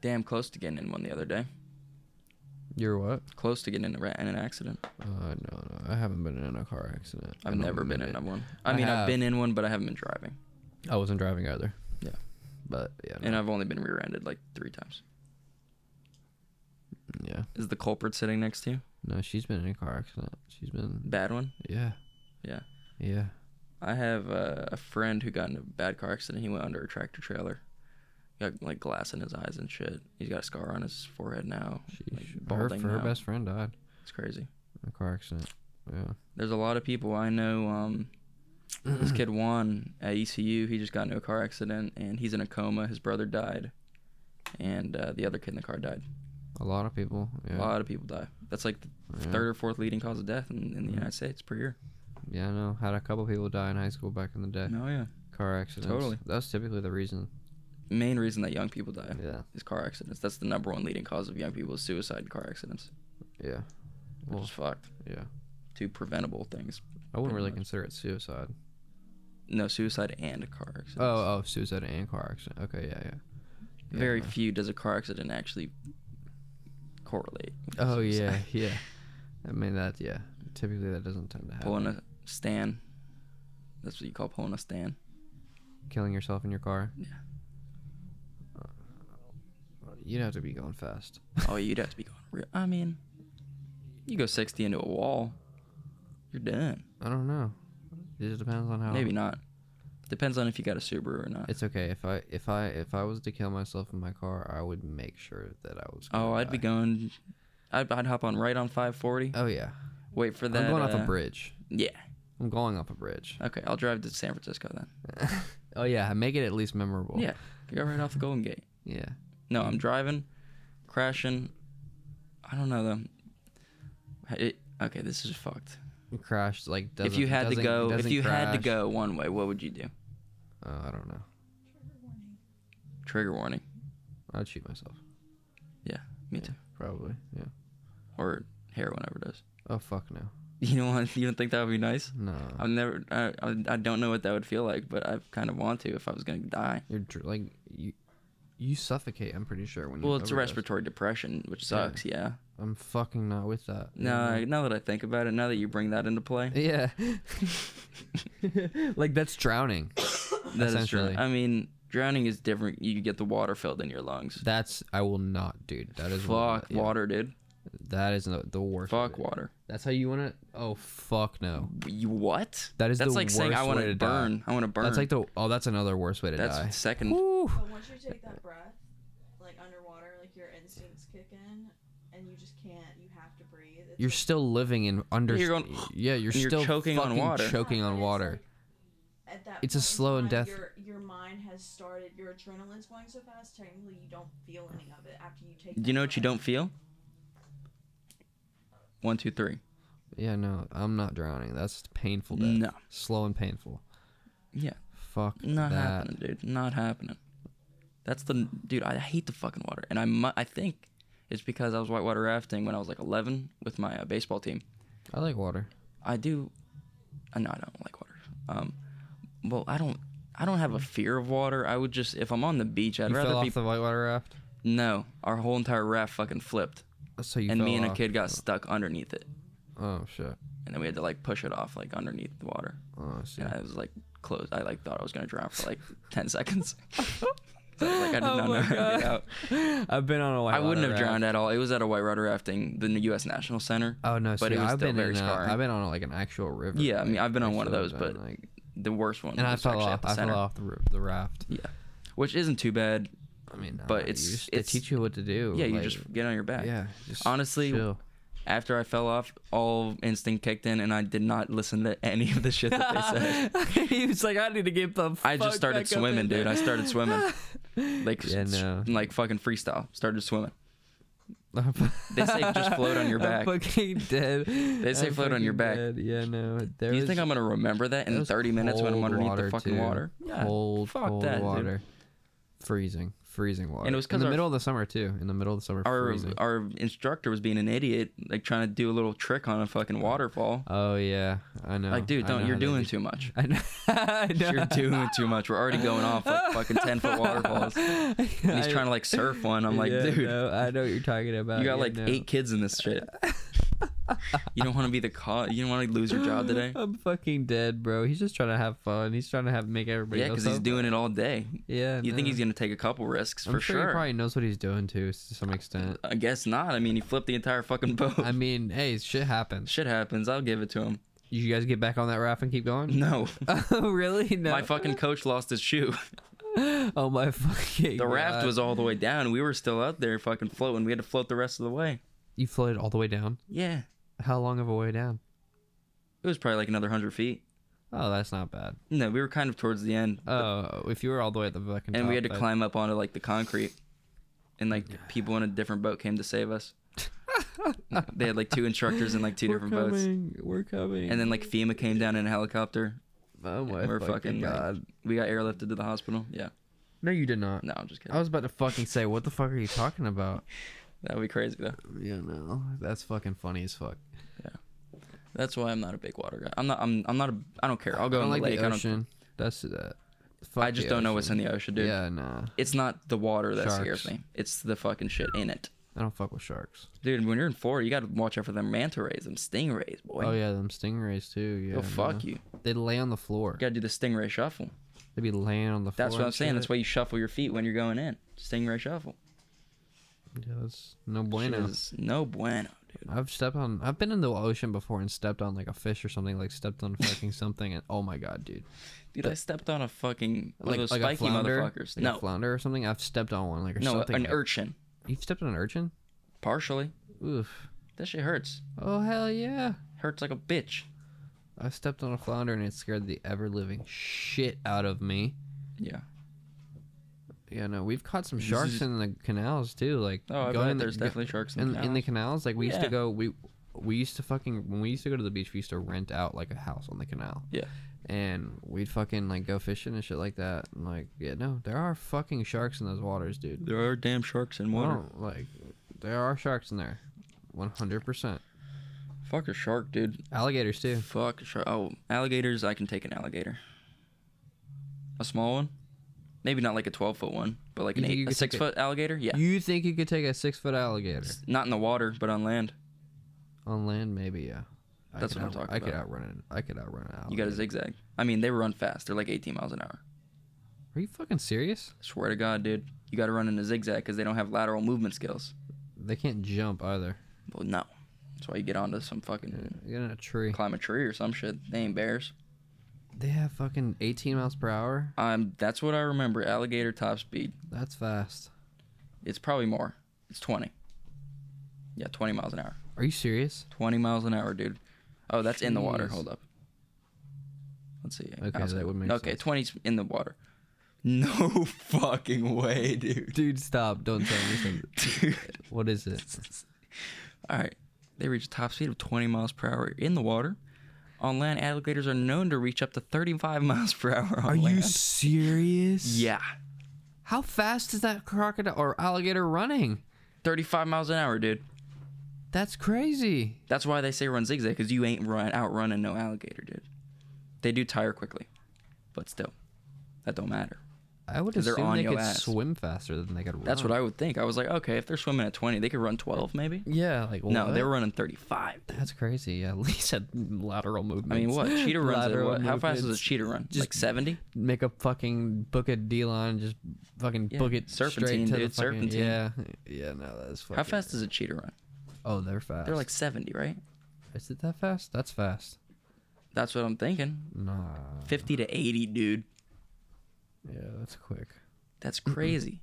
Speaker 2: damn close to getting in one the other day.
Speaker 1: You're what?
Speaker 2: Close to getting in, a ra- in an accident.
Speaker 1: Uh, no, no. I haven't been in a car accident.
Speaker 2: I've
Speaker 1: in a
Speaker 2: never been in
Speaker 1: minute.
Speaker 2: a one. I,
Speaker 1: I
Speaker 2: mean, I've
Speaker 1: have.
Speaker 2: been in one, but I haven't been driving.
Speaker 1: I wasn't driving either.
Speaker 2: Yeah.
Speaker 1: but yeah, no.
Speaker 2: And I've only been rear-ended like three times.
Speaker 1: yeah.
Speaker 2: Is the culprit sitting next to you?
Speaker 1: No, she's been in a car accident. She's been
Speaker 2: Bad one.
Speaker 1: yeah,
Speaker 2: Yeah.
Speaker 1: yeah.
Speaker 2: I have uh, a friend who got in a bad car accident. He went under a tractor trailer. Got like glass in his eyes and shit. He's got a scar on his forehead now. like,
Speaker 1: Sheesh. her,
Speaker 2: balding
Speaker 1: her
Speaker 2: now.
Speaker 1: best friend died
Speaker 2: It's crazy.
Speaker 1: in a car accident. Yeah.
Speaker 2: There's a lot of people I know. Um, this kid Juan at ECU, he just got into a car accident and he's in a coma. His brother died, and uh, the other kid in the car died.
Speaker 1: A lot of people. Yeah.
Speaker 2: A lot of people die. That's like the
Speaker 1: yeah.
Speaker 2: third or fourth leading cause of death in, in the
Speaker 1: Mhm.
Speaker 2: United States per year.
Speaker 1: Yeah, I know. Had a couple people die in high school back in the day.
Speaker 2: No, yeah.
Speaker 1: Car accidents.
Speaker 2: Totally.
Speaker 1: That's typically the reason.
Speaker 2: Main reason that young people die
Speaker 1: Yeah.
Speaker 2: is car accidents. That's the number one leading cause of young people is suicide and car accidents.
Speaker 1: Yeah.
Speaker 2: Which
Speaker 1: Well,
Speaker 2: is fucked.
Speaker 1: yeah.
Speaker 2: Two preventable things.
Speaker 1: I wouldn't
Speaker 2: pretty
Speaker 1: really
Speaker 2: much.
Speaker 1: consider it suicide.
Speaker 2: No, suicide and car accidents.
Speaker 1: Oh, oh, suicide and car accident. Okay, yeah, yeah. yeah
Speaker 2: Very
Speaker 1: no.
Speaker 2: few does a car accident actually correlate. with
Speaker 1: Oh yeah,
Speaker 2: suicide.
Speaker 1: yeah. I mean that. Yeah. Typically, that doesn't tend to happen.
Speaker 2: Pulling a stand. That's what you call pulling a stand.
Speaker 1: Killing yourself in your car. Uh,
Speaker 2: Yeah.
Speaker 1: You'd have to be going fast.
Speaker 2: Oh, you'd have to be going real. I mean, you go 60 into a wall, you're done.
Speaker 1: I don't know. It just depends on how.
Speaker 2: Maybe not. Depends on if you got a Subaru or not.
Speaker 1: It's okay if I if I if I was to kill myself in my car, I would make sure that I was.
Speaker 2: oh,
Speaker 1: gonna
Speaker 2: I'd be
Speaker 1: die.
Speaker 2: going. I'd, I'd hop on right on 540.
Speaker 1: Oh yeah,
Speaker 2: Wait for that.
Speaker 1: I'm going off
Speaker 2: uh,
Speaker 1: a bridge.
Speaker 2: Yeah.
Speaker 1: I'm going off a bridge.
Speaker 2: Okay, I'll drive to San Francisco then.
Speaker 1: oh yeah, make it at least memorable.
Speaker 2: Yeah. Go right off the Golden Gate.
Speaker 1: yeah.
Speaker 2: No, I'm driving, crashing. I don't know though. It, okay, this is fucked.
Speaker 1: You crashed like doesn't.
Speaker 2: if you had to
Speaker 1: doesn't-
Speaker 2: go, if
Speaker 1: doesn't
Speaker 2: you had to
Speaker 1: crash.
Speaker 2: go one way, what would you do?
Speaker 1: Uh, I don't know.
Speaker 2: Trigger warning.
Speaker 1: I'd shoot myself
Speaker 2: Me
Speaker 1: Yeah.
Speaker 2: too.
Speaker 1: probably. Yeah.
Speaker 2: Or heroin overdose.
Speaker 1: Oh fuck no.
Speaker 2: You don't want. You don't think that would be nice?
Speaker 1: No.
Speaker 2: I've never. I, I, I don't know what that would feel like, but I kind of want to if I was gonna die.
Speaker 1: You're dr- like you. You suffocate. I'm pretty sure when. you
Speaker 2: Well, it's
Speaker 1: overdose.
Speaker 2: respiratory depression, which
Speaker 1: Yeah.
Speaker 2: sucks. Yeah.
Speaker 1: I'm fucking not with that. you
Speaker 2: No,
Speaker 1: know?
Speaker 2: I- now that I think about it, now that you bring that into play,
Speaker 1: Yeah. like that's drowning.
Speaker 2: that is true.
Speaker 1: Essentially.
Speaker 2: I mean, Drowning is different. You get the water filled in your lungs.
Speaker 1: That's I will not, dude. That is one
Speaker 2: fuck
Speaker 1: of the- yeah.
Speaker 2: water, dude.
Speaker 1: That is the, the worst. of
Speaker 2: Fuck
Speaker 1: it.
Speaker 2: water.
Speaker 1: That's how you want to. Oh fuck no.
Speaker 2: You what?
Speaker 1: That is
Speaker 2: That's
Speaker 1: the
Speaker 2: like saying I
Speaker 1: worst
Speaker 2: wanna
Speaker 1: way to die.
Speaker 2: burn. I want to burn.
Speaker 1: That's like the. Oh, that's another worst way to
Speaker 2: That's
Speaker 1: die.
Speaker 2: second.
Speaker 1: Woo.
Speaker 3: But once you take that breath, like underwater, like your instincts kick in, and you just can't. You have to breathe. It's
Speaker 1: You're
Speaker 3: like-
Speaker 1: still living in under.
Speaker 2: You're going-
Speaker 1: yeah, you're
Speaker 2: and you're
Speaker 1: still
Speaker 2: choking on
Speaker 1: fucking
Speaker 2: water.
Speaker 1: Choking
Speaker 3: Yeah,
Speaker 1: on
Speaker 3: and it's
Speaker 1: water.
Speaker 3: like, at that
Speaker 1: It's a
Speaker 3: point in
Speaker 1: slow and
Speaker 3: time,
Speaker 1: death-
Speaker 3: Your, your mind has started. Your adrenaline's going so fast. Technically, you don't feel any of it after you take.
Speaker 2: You know what you don't feel? One, two, three.
Speaker 1: Yeah, no, I'm not drowning. That's painful. Death.
Speaker 2: No.
Speaker 1: Slow and painful.
Speaker 2: Yeah.
Speaker 1: Fuck
Speaker 2: Not
Speaker 1: that.
Speaker 2: happening, dude. Not happening. That's the dude. I hate the fucking water, and I mu- I think it's because I was whitewater rafting when I was like 11 with my uh, baseball team.
Speaker 1: I like water.
Speaker 2: I do. Uh, no, I don't like water. Um, well, I don't. I don't have a fear of water. I would just if I'm on the beach, I'd
Speaker 1: you fell
Speaker 2: rather
Speaker 1: off
Speaker 2: be.
Speaker 1: the whitewater raft.
Speaker 2: no, our whole entire raft fucking flipped,
Speaker 1: So you
Speaker 2: and me
Speaker 1: fell
Speaker 2: and a
Speaker 1: off.
Speaker 2: kid got stuck underneath it,
Speaker 1: Oh shit.
Speaker 2: and then we had to like push it off like underneath the water.
Speaker 1: Oh I see.
Speaker 2: And I was like close. I like thought I was gonna drown for like 10 seconds. So, like I did not know how to get out.
Speaker 1: Oh I've been on a whitewater.
Speaker 2: I wouldn't have
Speaker 1: raft.
Speaker 2: drowned at all. It was at a white water rafting, the U.S. National Center.
Speaker 1: Oh no,
Speaker 2: but
Speaker 1: see,
Speaker 2: it was
Speaker 1: I've
Speaker 2: still
Speaker 1: been
Speaker 2: very
Speaker 1: in a,
Speaker 2: scarring.
Speaker 1: I've been on like an actual river.
Speaker 2: Yeah, I mean, I've been on
Speaker 1: I
Speaker 2: one of
Speaker 1: still
Speaker 2: those,
Speaker 1: haven't,
Speaker 2: but
Speaker 1: like,
Speaker 2: the worst one.
Speaker 1: and I
Speaker 2: was
Speaker 1: fell
Speaker 2: actually at
Speaker 1: off.
Speaker 2: the
Speaker 1: I
Speaker 2: center,
Speaker 1: fell off the, r- the raft.
Speaker 2: which isn't too bad.
Speaker 1: I mean,
Speaker 2: But
Speaker 1: nah, you
Speaker 2: it's-
Speaker 1: just-
Speaker 2: it's-
Speaker 1: they teach you what to do.
Speaker 2: Yeah, you
Speaker 1: like,
Speaker 2: just get on your back.
Speaker 1: yeah. Just
Speaker 2: Honestly,
Speaker 1: chill.
Speaker 2: After I fell off, all instinct kicked in, and I did not listen to any of the shit that they said.
Speaker 1: he was like, I need to get the.
Speaker 2: I just started swimming, dude. I started swimming, like
Speaker 1: Yeah,
Speaker 2: s-
Speaker 1: no.
Speaker 2: like fucking freestyle. Started swimming. They say just float on your back.
Speaker 1: I'm fucking dead. They
Speaker 2: say float on your back.
Speaker 1: Yeah, no. There
Speaker 2: Do you
Speaker 1: was-
Speaker 2: think I'm gonna remember that
Speaker 1: That
Speaker 2: in
Speaker 1: was
Speaker 2: 30 minutes when I'm
Speaker 1: cold
Speaker 2: underneath the
Speaker 1: water,
Speaker 2: fucking
Speaker 1: too.
Speaker 2: water? Yeah,
Speaker 1: cold,
Speaker 2: fuck
Speaker 1: cold
Speaker 2: that, dude.
Speaker 1: water, freezing, freezing water.
Speaker 2: was 'cause
Speaker 1: in the
Speaker 2: our-
Speaker 1: middle of the summer too. In the middle of the summer,
Speaker 2: Our uh,
Speaker 1: freezing.
Speaker 2: our instructor was being an idiot, like trying to do a little trick on a fucking waterfall.
Speaker 1: Oh yeah, I know.
Speaker 2: like, dude,
Speaker 1: I
Speaker 2: don't
Speaker 1: know
Speaker 2: you're
Speaker 1: how they
Speaker 2: doing
Speaker 1: do-
Speaker 2: too much.
Speaker 1: I know. I know.
Speaker 2: You're doing too much. We're already going off like fucking 10 foot waterfalls. And he's trying to like surf one. I'm like,
Speaker 1: Yeah,
Speaker 2: dude,
Speaker 1: no, I know what you're talking about.
Speaker 2: you got
Speaker 1: yeah,
Speaker 2: like
Speaker 1: no.
Speaker 2: eight kids in this shit. you don't want to be the cause. You don't want to lose your job today.
Speaker 1: I'm fucking dead, bro. He's just trying to have fun. He's trying to have make everybody.
Speaker 2: Yeah,
Speaker 1: else
Speaker 2: because he's
Speaker 1: have
Speaker 2: doing it all day.
Speaker 1: fun. Yeah,
Speaker 2: You think
Speaker 1: no.
Speaker 2: he's gonna take a couple risks
Speaker 1: I'm
Speaker 2: for
Speaker 1: sure, He
Speaker 2: sure?
Speaker 1: probably knows what he's doing too, s- to some extent.
Speaker 2: I guess not. I mean, he flipped the entire fucking boat.
Speaker 1: I mean, hey, shit happens.
Speaker 2: Shit happens. I'll give it to him.
Speaker 1: You guys get back on that raft and keep going.
Speaker 2: No.
Speaker 1: oh really? No.
Speaker 2: My fucking coach lost his shoe.
Speaker 1: oh my fucking.
Speaker 2: The raft
Speaker 1: God.
Speaker 2: was all the way down. We were still out there fucking floating. We had to float the rest of the way.
Speaker 1: You floated all the way down.
Speaker 2: Yeah.
Speaker 1: How long of a way down?
Speaker 2: It was probably like another 100 feet.
Speaker 1: Oh, that's not bad.
Speaker 2: No, we were kind of towards the end.
Speaker 1: Oh, if you were all the way at the fucking
Speaker 2: and
Speaker 1: top,
Speaker 2: we had to
Speaker 1: that-
Speaker 2: climb up onto like the concrete. And like people in a different boat came to save us. they had like two instructors in like two different
Speaker 1: we're
Speaker 2: boats.
Speaker 1: coming, We're coming.
Speaker 2: And then like FEMA came down in a helicopter.
Speaker 1: oh my
Speaker 2: we're
Speaker 1: fucking,
Speaker 2: fucking, like-
Speaker 1: god!
Speaker 2: We got airlifted to the hospital. Yeah.
Speaker 1: no, you did not.
Speaker 2: No, I'm just kidding.
Speaker 1: I was about to fucking say, what the fuck are you talking about?
Speaker 2: That would be crazy though.
Speaker 1: You know, that's fucking funny as fuck.
Speaker 2: That's why I'm not a big water guy. I'm not. I'm. I'm not a. I don't care. I'll
Speaker 1: I
Speaker 2: go
Speaker 1: don't like
Speaker 2: in the lake.
Speaker 1: the
Speaker 2: I
Speaker 1: ocean. That's uh, that.
Speaker 2: don't. I just don't know what's in the ocean, dude.
Speaker 1: Yeah, nah.
Speaker 2: It's not the water that
Speaker 1: Sharks.
Speaker 2: scares me. It's the fucking shit in it.
Speaker 1: I don't fuck with sharks.
Speaker 2: Dude, when you're in Florida, you gotta watch out for them manta rays, them stingrays, boy.
Speaker 1: Oh yeah, them stingrays too. Yeah.
Speaker 2: They'll Oh, fuck
Speaker 1: nah.
Speaker 2: you. You
Speaker 1: They lay on the floor.
Speaker 2: gotta do the stingray shuffle.
Speaker 1: They'd be laying on the floor.
Speaker 2: That's what
Speaker 1: and
Speaker 2: I'm saying. That's
Speaker 1: shit.
Speaker 2: why you shuffle your feet when you're going in. Stingray shuffle.
Speaker 1: Yeah, that's no
Speaker 2: Shit
Speaker 1: bueno.
Speaker 2: is no bueno, dude.
Speaker 1: I've stepped on. I've been in the ocean before and stepped on like a fish or something. Like stepped on fucking something and oh my god, dude.
Speaker 2: Dude, I stepped on a fucking one
Speaker 1: Like
Speaker 2: of those
Speaker 1: like a
Speaker 2: spiky
Speaker 1: flounder, like
Speaker 2: motherfuckers.
Speaker 1: a
Speaker 2: no,
Speaker 1: flounder or something. I've stepped on one like or
Speaker 2: no,
Speaker 1: something.
Speaker 2: an
Speaker 1: like-
Speaker 2: urchin.
Speaker 1: You've stepped on an urchin?
Speaker 2: Partially.
Speaker 1: Oof.
Speaker 2: That shit hurts.
Speaker 1: Oh hell yeah.
Speaker 2: Hurts like a bitch.
Speaker 1: I stepped on a flounder and it scared the ever living shit out of me.
Speaker 2: Yeah.
Speaker 1: Yeah, no, we've caught some sharks
Speaker 2: is-
Speaker 1: in the canals too. Like
Speaker 2: Oh, I
Speaker 1: going
Speaker 2: bet
Speaker 1: in the-
Speaker 2: there's
Speaker 1: go-
Speaker 2: definitely sharks in,
Speaker 1: in,
Speaker 2: the
Speaker 1: in the
Speaker 2: canals.
Speaker 1: canals. Like we used
Speaker 2: Yeah.
Speaker 1: to go, we we used to fucking when we used to go to the beach, we used to rent out like a house on the canal.
Speaker 2: Yeah.
Speaker 1: and we'd fucking like go fishing and shit like that. And like, yeah, no, there are fucking sharks in those waters, dude.
Speaker 2: There are damn sharks in water.
Speaker 1: Wow, like, there are sharks in there, one hundred percent.
Speaker 2: Fuck a shark, dude.
Speaker 1: Alligators too.
Speaker 2: Fuck a shark. Oh, alligators. I can take an alligator. A small one, maybe not like a twelve foot one, but like
Speaker 1: You
Speaker 2: an
Speaker 1: think you
Speaker 2: eight, a
Speaker 1: could take
Speaker 2: six foot alligator. Yeah,
Speaker 1: You think you could take a six foot alligator
Speaker 2: S- not in the water, but on land.
Speaker 1: on land? Maybe yeah. I
Speaker 2: That's
Speaker 1: could
Speaker 2: what I'm
Speaker 1: out-
Speaker 2: talking
Speaker 1: I could
Speaker 2: about.
Speaker 1: outrun it. I could outrun an alligator.
Speaker 2: You got to zigzag. I mean, they run fast. They're like eighteen miles an hour.
Speaker 1: Are you fucking serious?
Speaker 2: Swear to God, dude. You got to run in a zigzag because they don't have lateral movement skills.
Speaker 1: They can't jump either.
Speaker 2: Well, no. That's why you get onto some fucking
Speaker 1: Get in a tree.
Speaker 2: climb a tree or some shit. They ain't bears.
Speaker 1: They have fucking 18 miles per hour.
Speaker 2: Um, that's what I remember. Alligator top speed.
Speaker 1: That's fast.
Speaker 2: It's probably more. It's 20. Yeah, 20 miles an hour.
Speaker 1: Are you serious?
Speaker 2: 20 miles an hour, dude. Oh, that's in the water.
Speaker 1: Jeez.
Speaker 2: Hold up. Let's see.
Speaker 1: Okay,
Speaker 2: Outside-
Speaker 1: that would make
Speaker 2: Okay,
Speaker 1: sense.
Speaker 2: 20's in the water. No fucking way, dude.
Speaker 1: Dude, stop. Don't tell me something.
Speaker 2: Dude.
Speaker 1: What is it?
Speaker 2: All right. They reach a top speed of 20 miles per hour in the water. On land, alligators are known to reach up to 35 miles per hour on
Speaker 1: Are you
Speaker 2: land.
Speaker 1: serious?
Speaker 2: yeah.
Speaker 1: How fast is that crocodile or alligator running?
Speaker 2: 35 miles an hour, dude.
Speaker 1: That's crazy.
Speaker 2: That's why they say run zigzag, because you ain't run outrunning no alligator, dude. They do tire quickly, but still, that don't matter.
Speaker 1: I would
Speaker 2: 'Cause they're
Speaker 1: assume
Speaker 2: on
Speaker 1: they
Speaker 2: your
Speaker 1: could
Speaker 2: ass.
Speaker 1: swim faster than they could run.
Speaker 2: That's what I would think. I was like, okay, if they're swimming at 20, they could run 12, maybe.
Speaker 1: Yeah, like
Speaker 2: No, they
Speaker 1: what?
Speaker 2: were running 35.
Speaker 1: That's crazy. Yeah, at least had lateral movement.
Speaker 2: I mean, what cheetah runs? At what? How fast does a cheetah run?
Speaker 1: Just
Speaker 2: like 70?
Speaker 1: Make a fucking book a D line, just fucking
Speaker 2: Yeah,
Speaker 1: book it straight
Speaker 2: serpentine,
Speaker 1: to the
Speaker 2: dude,
Speaker 1: fucking,
Speaker 2: serpentine.
Speaker 1: Yeah, yeah, no, that's fucking.
Speaker 2: How fast does a cheetah run?
Speaker 1: Oh, they're fast.
Speaker 2: They're like 70, right?
Speaker 1: is it that fast? That's fast.
Speaker 2: That's what I'm thinking.
Speaker 1: Nah.
Speaker 2: 50 to 80, dude.
Speaker 1: Yeah, that's quick.
Speaker 2: That's crazy.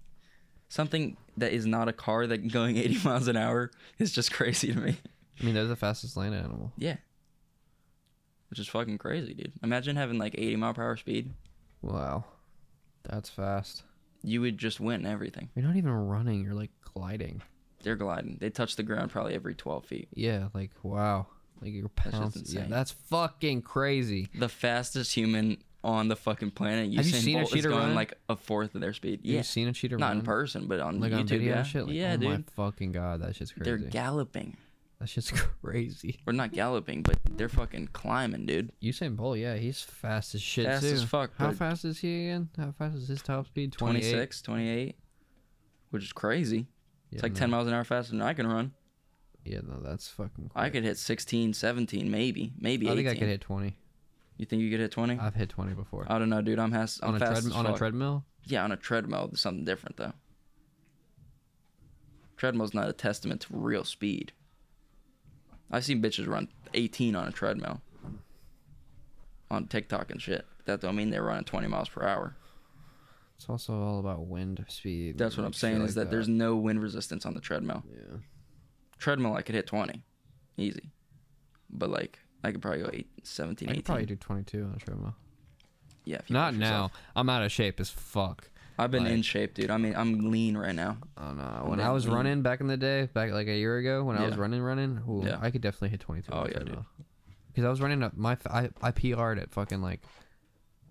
Speaker 2: Something that is not a car that going 80 miles an hour is just crazy to me.
Speaker 1: I mean, they're the fastest land animal.
Speaker 2: Yeah. Which is fucking crazy, dude. Imagine having like 80 mile per hour speed.
Speaker 1: Wow, that's fast.
Speaker 2: You would just win everything.
Speaker 1: You're not even running. You're like gliding.
Speaker 2: They're gliding. They touch the ground probably every 12 feet.
Speaker 1: Yeah, like wow, like you're
Speaker 2: just
Speaker 1: pouncing. yeah,
Speaker 2: insane.
Speaker 1: that's fucking crazy.
Speaker 2: The fastest human on the fucking planet. Usain
Speaker 1: Have you seen a
Speaker 2: Bolt is
Speaker 1: cheetah
Speaker 2: going
Speaker 1: run?
Speaker 2: like a fourth of their speed.
Speaker 1: You've
Speaker 2: Yeah.
Speaker 1: seen a cheetah
Speaker 2: Not
Speaker 1: run?
Speaker 2: in person, but on
Speaker 1: like
Speaker 2: YouTube.
Speaker 1: on video
Speaker 2: yeah,
Speaker 1: and shit. Like,
Speaker 2: yeah
Speaker 1: oh
Speaker 2: dude.
Speaker 1: my fucking god, that shit's crazy.
Speaker 2: They're galloping.
Speaker 1: that shit's crazy.
Speaker 2: Or not galloping, but they're fucking climbing, dude.
Speaker 1: Usain Bolt, yeah, he's fast as shit
Speaker 2: Fast
Speaker 1: too.
Speaker 2: as fuck,
Speaker 1: How
Speaker 2: but-
Speaker 1: fast is he again? How fast is his top speed? 28?
Speaker 2: 26, 28, which is crazy.
Speaker 1: Yeah,
Speaker 2: it's like
Speaker 1: no,
Speaker 2: 10 miles an hour faster than I can run.
Speaker 1: Yeah, no, that's fucking.
Speaker 2: I
Speaker 1: quick.
Speaker 2: could hit 16, 17, maybe. Maybe
Speaker 1: I
Speaker 2: 18.
Speaker 1: think I could hit 20.
Speaker 2: You think you could hit 20?
Speaker 1: I've hit 20 before.
Speaker 2: I don't know, dude. I'm, has, I'm
Speaker 1: on a
Speaker 2: fast
Speaker 1: treadmill.
Speaker 2: as
Speaker 1: On a
Speaker 2: fuck.
Speaker 1: treadmill.
Speaker 2: Yeah, on a treadmill, there's something different though. Treadmill's not a testament to real speed. I've seen bitches run 18 on a treadmill on TikTok and shit. That don't mean they're running 20 miles per hour.
Speaker 1: It's also all about wind speed. uh,
Speaker 2: That's what I'm saying is that, there's no wind resistance on the treadmill.
Speaker 1: Yeah.
Speaker 2: Treadmill, I could hit 20, easy. But like, I could probably go eight, 17,
Speaker 1: I
Speaker 2: 18.
Speaker 1: could probably do 22 on a treadmill.
Speaker 2: yeah, if you
Speaker 1: Not
Speaker 2: push
Speaker 1: now.
Speaker 2: yourself.
Speaker 1: I'm out of shape as fuck.
Speaker 2: I've been
Speaker 1: Like-
Speaker 2: in shape, dude. I mean, I'm lean right now.
Speaker 1: Oh no! When
Speaker 2: then
Speaker 1: I was
Speaker 2: lean.
Speaker 1: running back in the day, back like a year ago, when I was
Speaker 2: Yeah.
Speaker 1: running, running, ooh,
Speaker 2: Yeah.
Speaker 1: I could definitely hit 22.
Speaker 2: Oh,
Speaker 1: on
Speaker 2: yeah, dude.
Speaker 1: treadmill. Because I was running up my f- I, I PR'd at fucking like,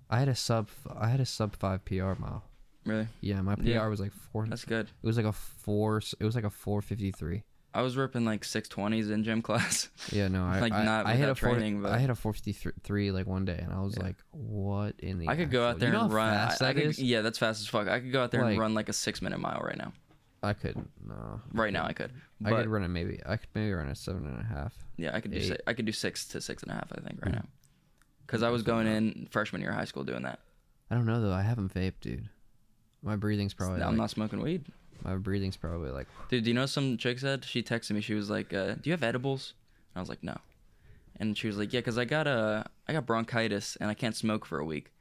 Speaker 1: I had a sub I had a sub five PR mile.
Speaker 2: Really?
Speaker 1: Yeah, my PR
Speaker 2: Yeah.
Speaker 1: was like four.
Speaker 2: That's good.
Speaker 1: It was like a four. It was like a 453.
Speaker 2: I was ripping like 620s in gym class.
Speaker 1: Yeah, no, I
Speaker 2: Like,
Speaker 1: I,
Speaker 2: not
Speaker 1: I hit a
Speaker 2: without training,
Speaker 1: four,
Speaker 2: but-
Speaker 1: I hit a 453 like one day, and I was
Speaker 2: Yeah.
Speaker 1: like, what in the?
Speaker 2: I could go
Speaker 1: actual-
Speaker 2: out there
Speaker 1: you know
Speaker 2: and
Speaker 1: how
Speaker 2: run. I-
Speaker 1: Fast
Speaker 2: I,
Speaker 1: that
Speaker 2: could,
Speaker 1: is?
Speaker 2: Yeah, that's fast as fuck. I could go out there
Speaker 1: Like-
Speaker 2: and run like a six minute mile right now.
Speaker 1: I couldn't. No.
Speaker 2: Right now, I could. But
Speaker 1: I could run it maybe. I could maybe run a seven and a half.
Speaker 2: yeah, I could do
Speaker 1: eight.
Speaker 2: si- I could do six to six and a half. I think right
Speaker 1: Mhm.
Speaker 2: now, because I was going in freshman year of high school doing that.
Speaker 1: I don't know though. I haven't vaped, dude. My breathing's probably.
Speaker 2: Now
Speaker 1: Like,
Speaker 2: I'm not smoking weed,
Speaker 1: My breathing's probably like.
Speaker 2: dude. Do you know some chick said? She texted me. She was like, uh, "Do you have edibles?" And I was like, "No." And she was like, "Yeah, because I got uh, I got bronchitis and I can't smoke for a week."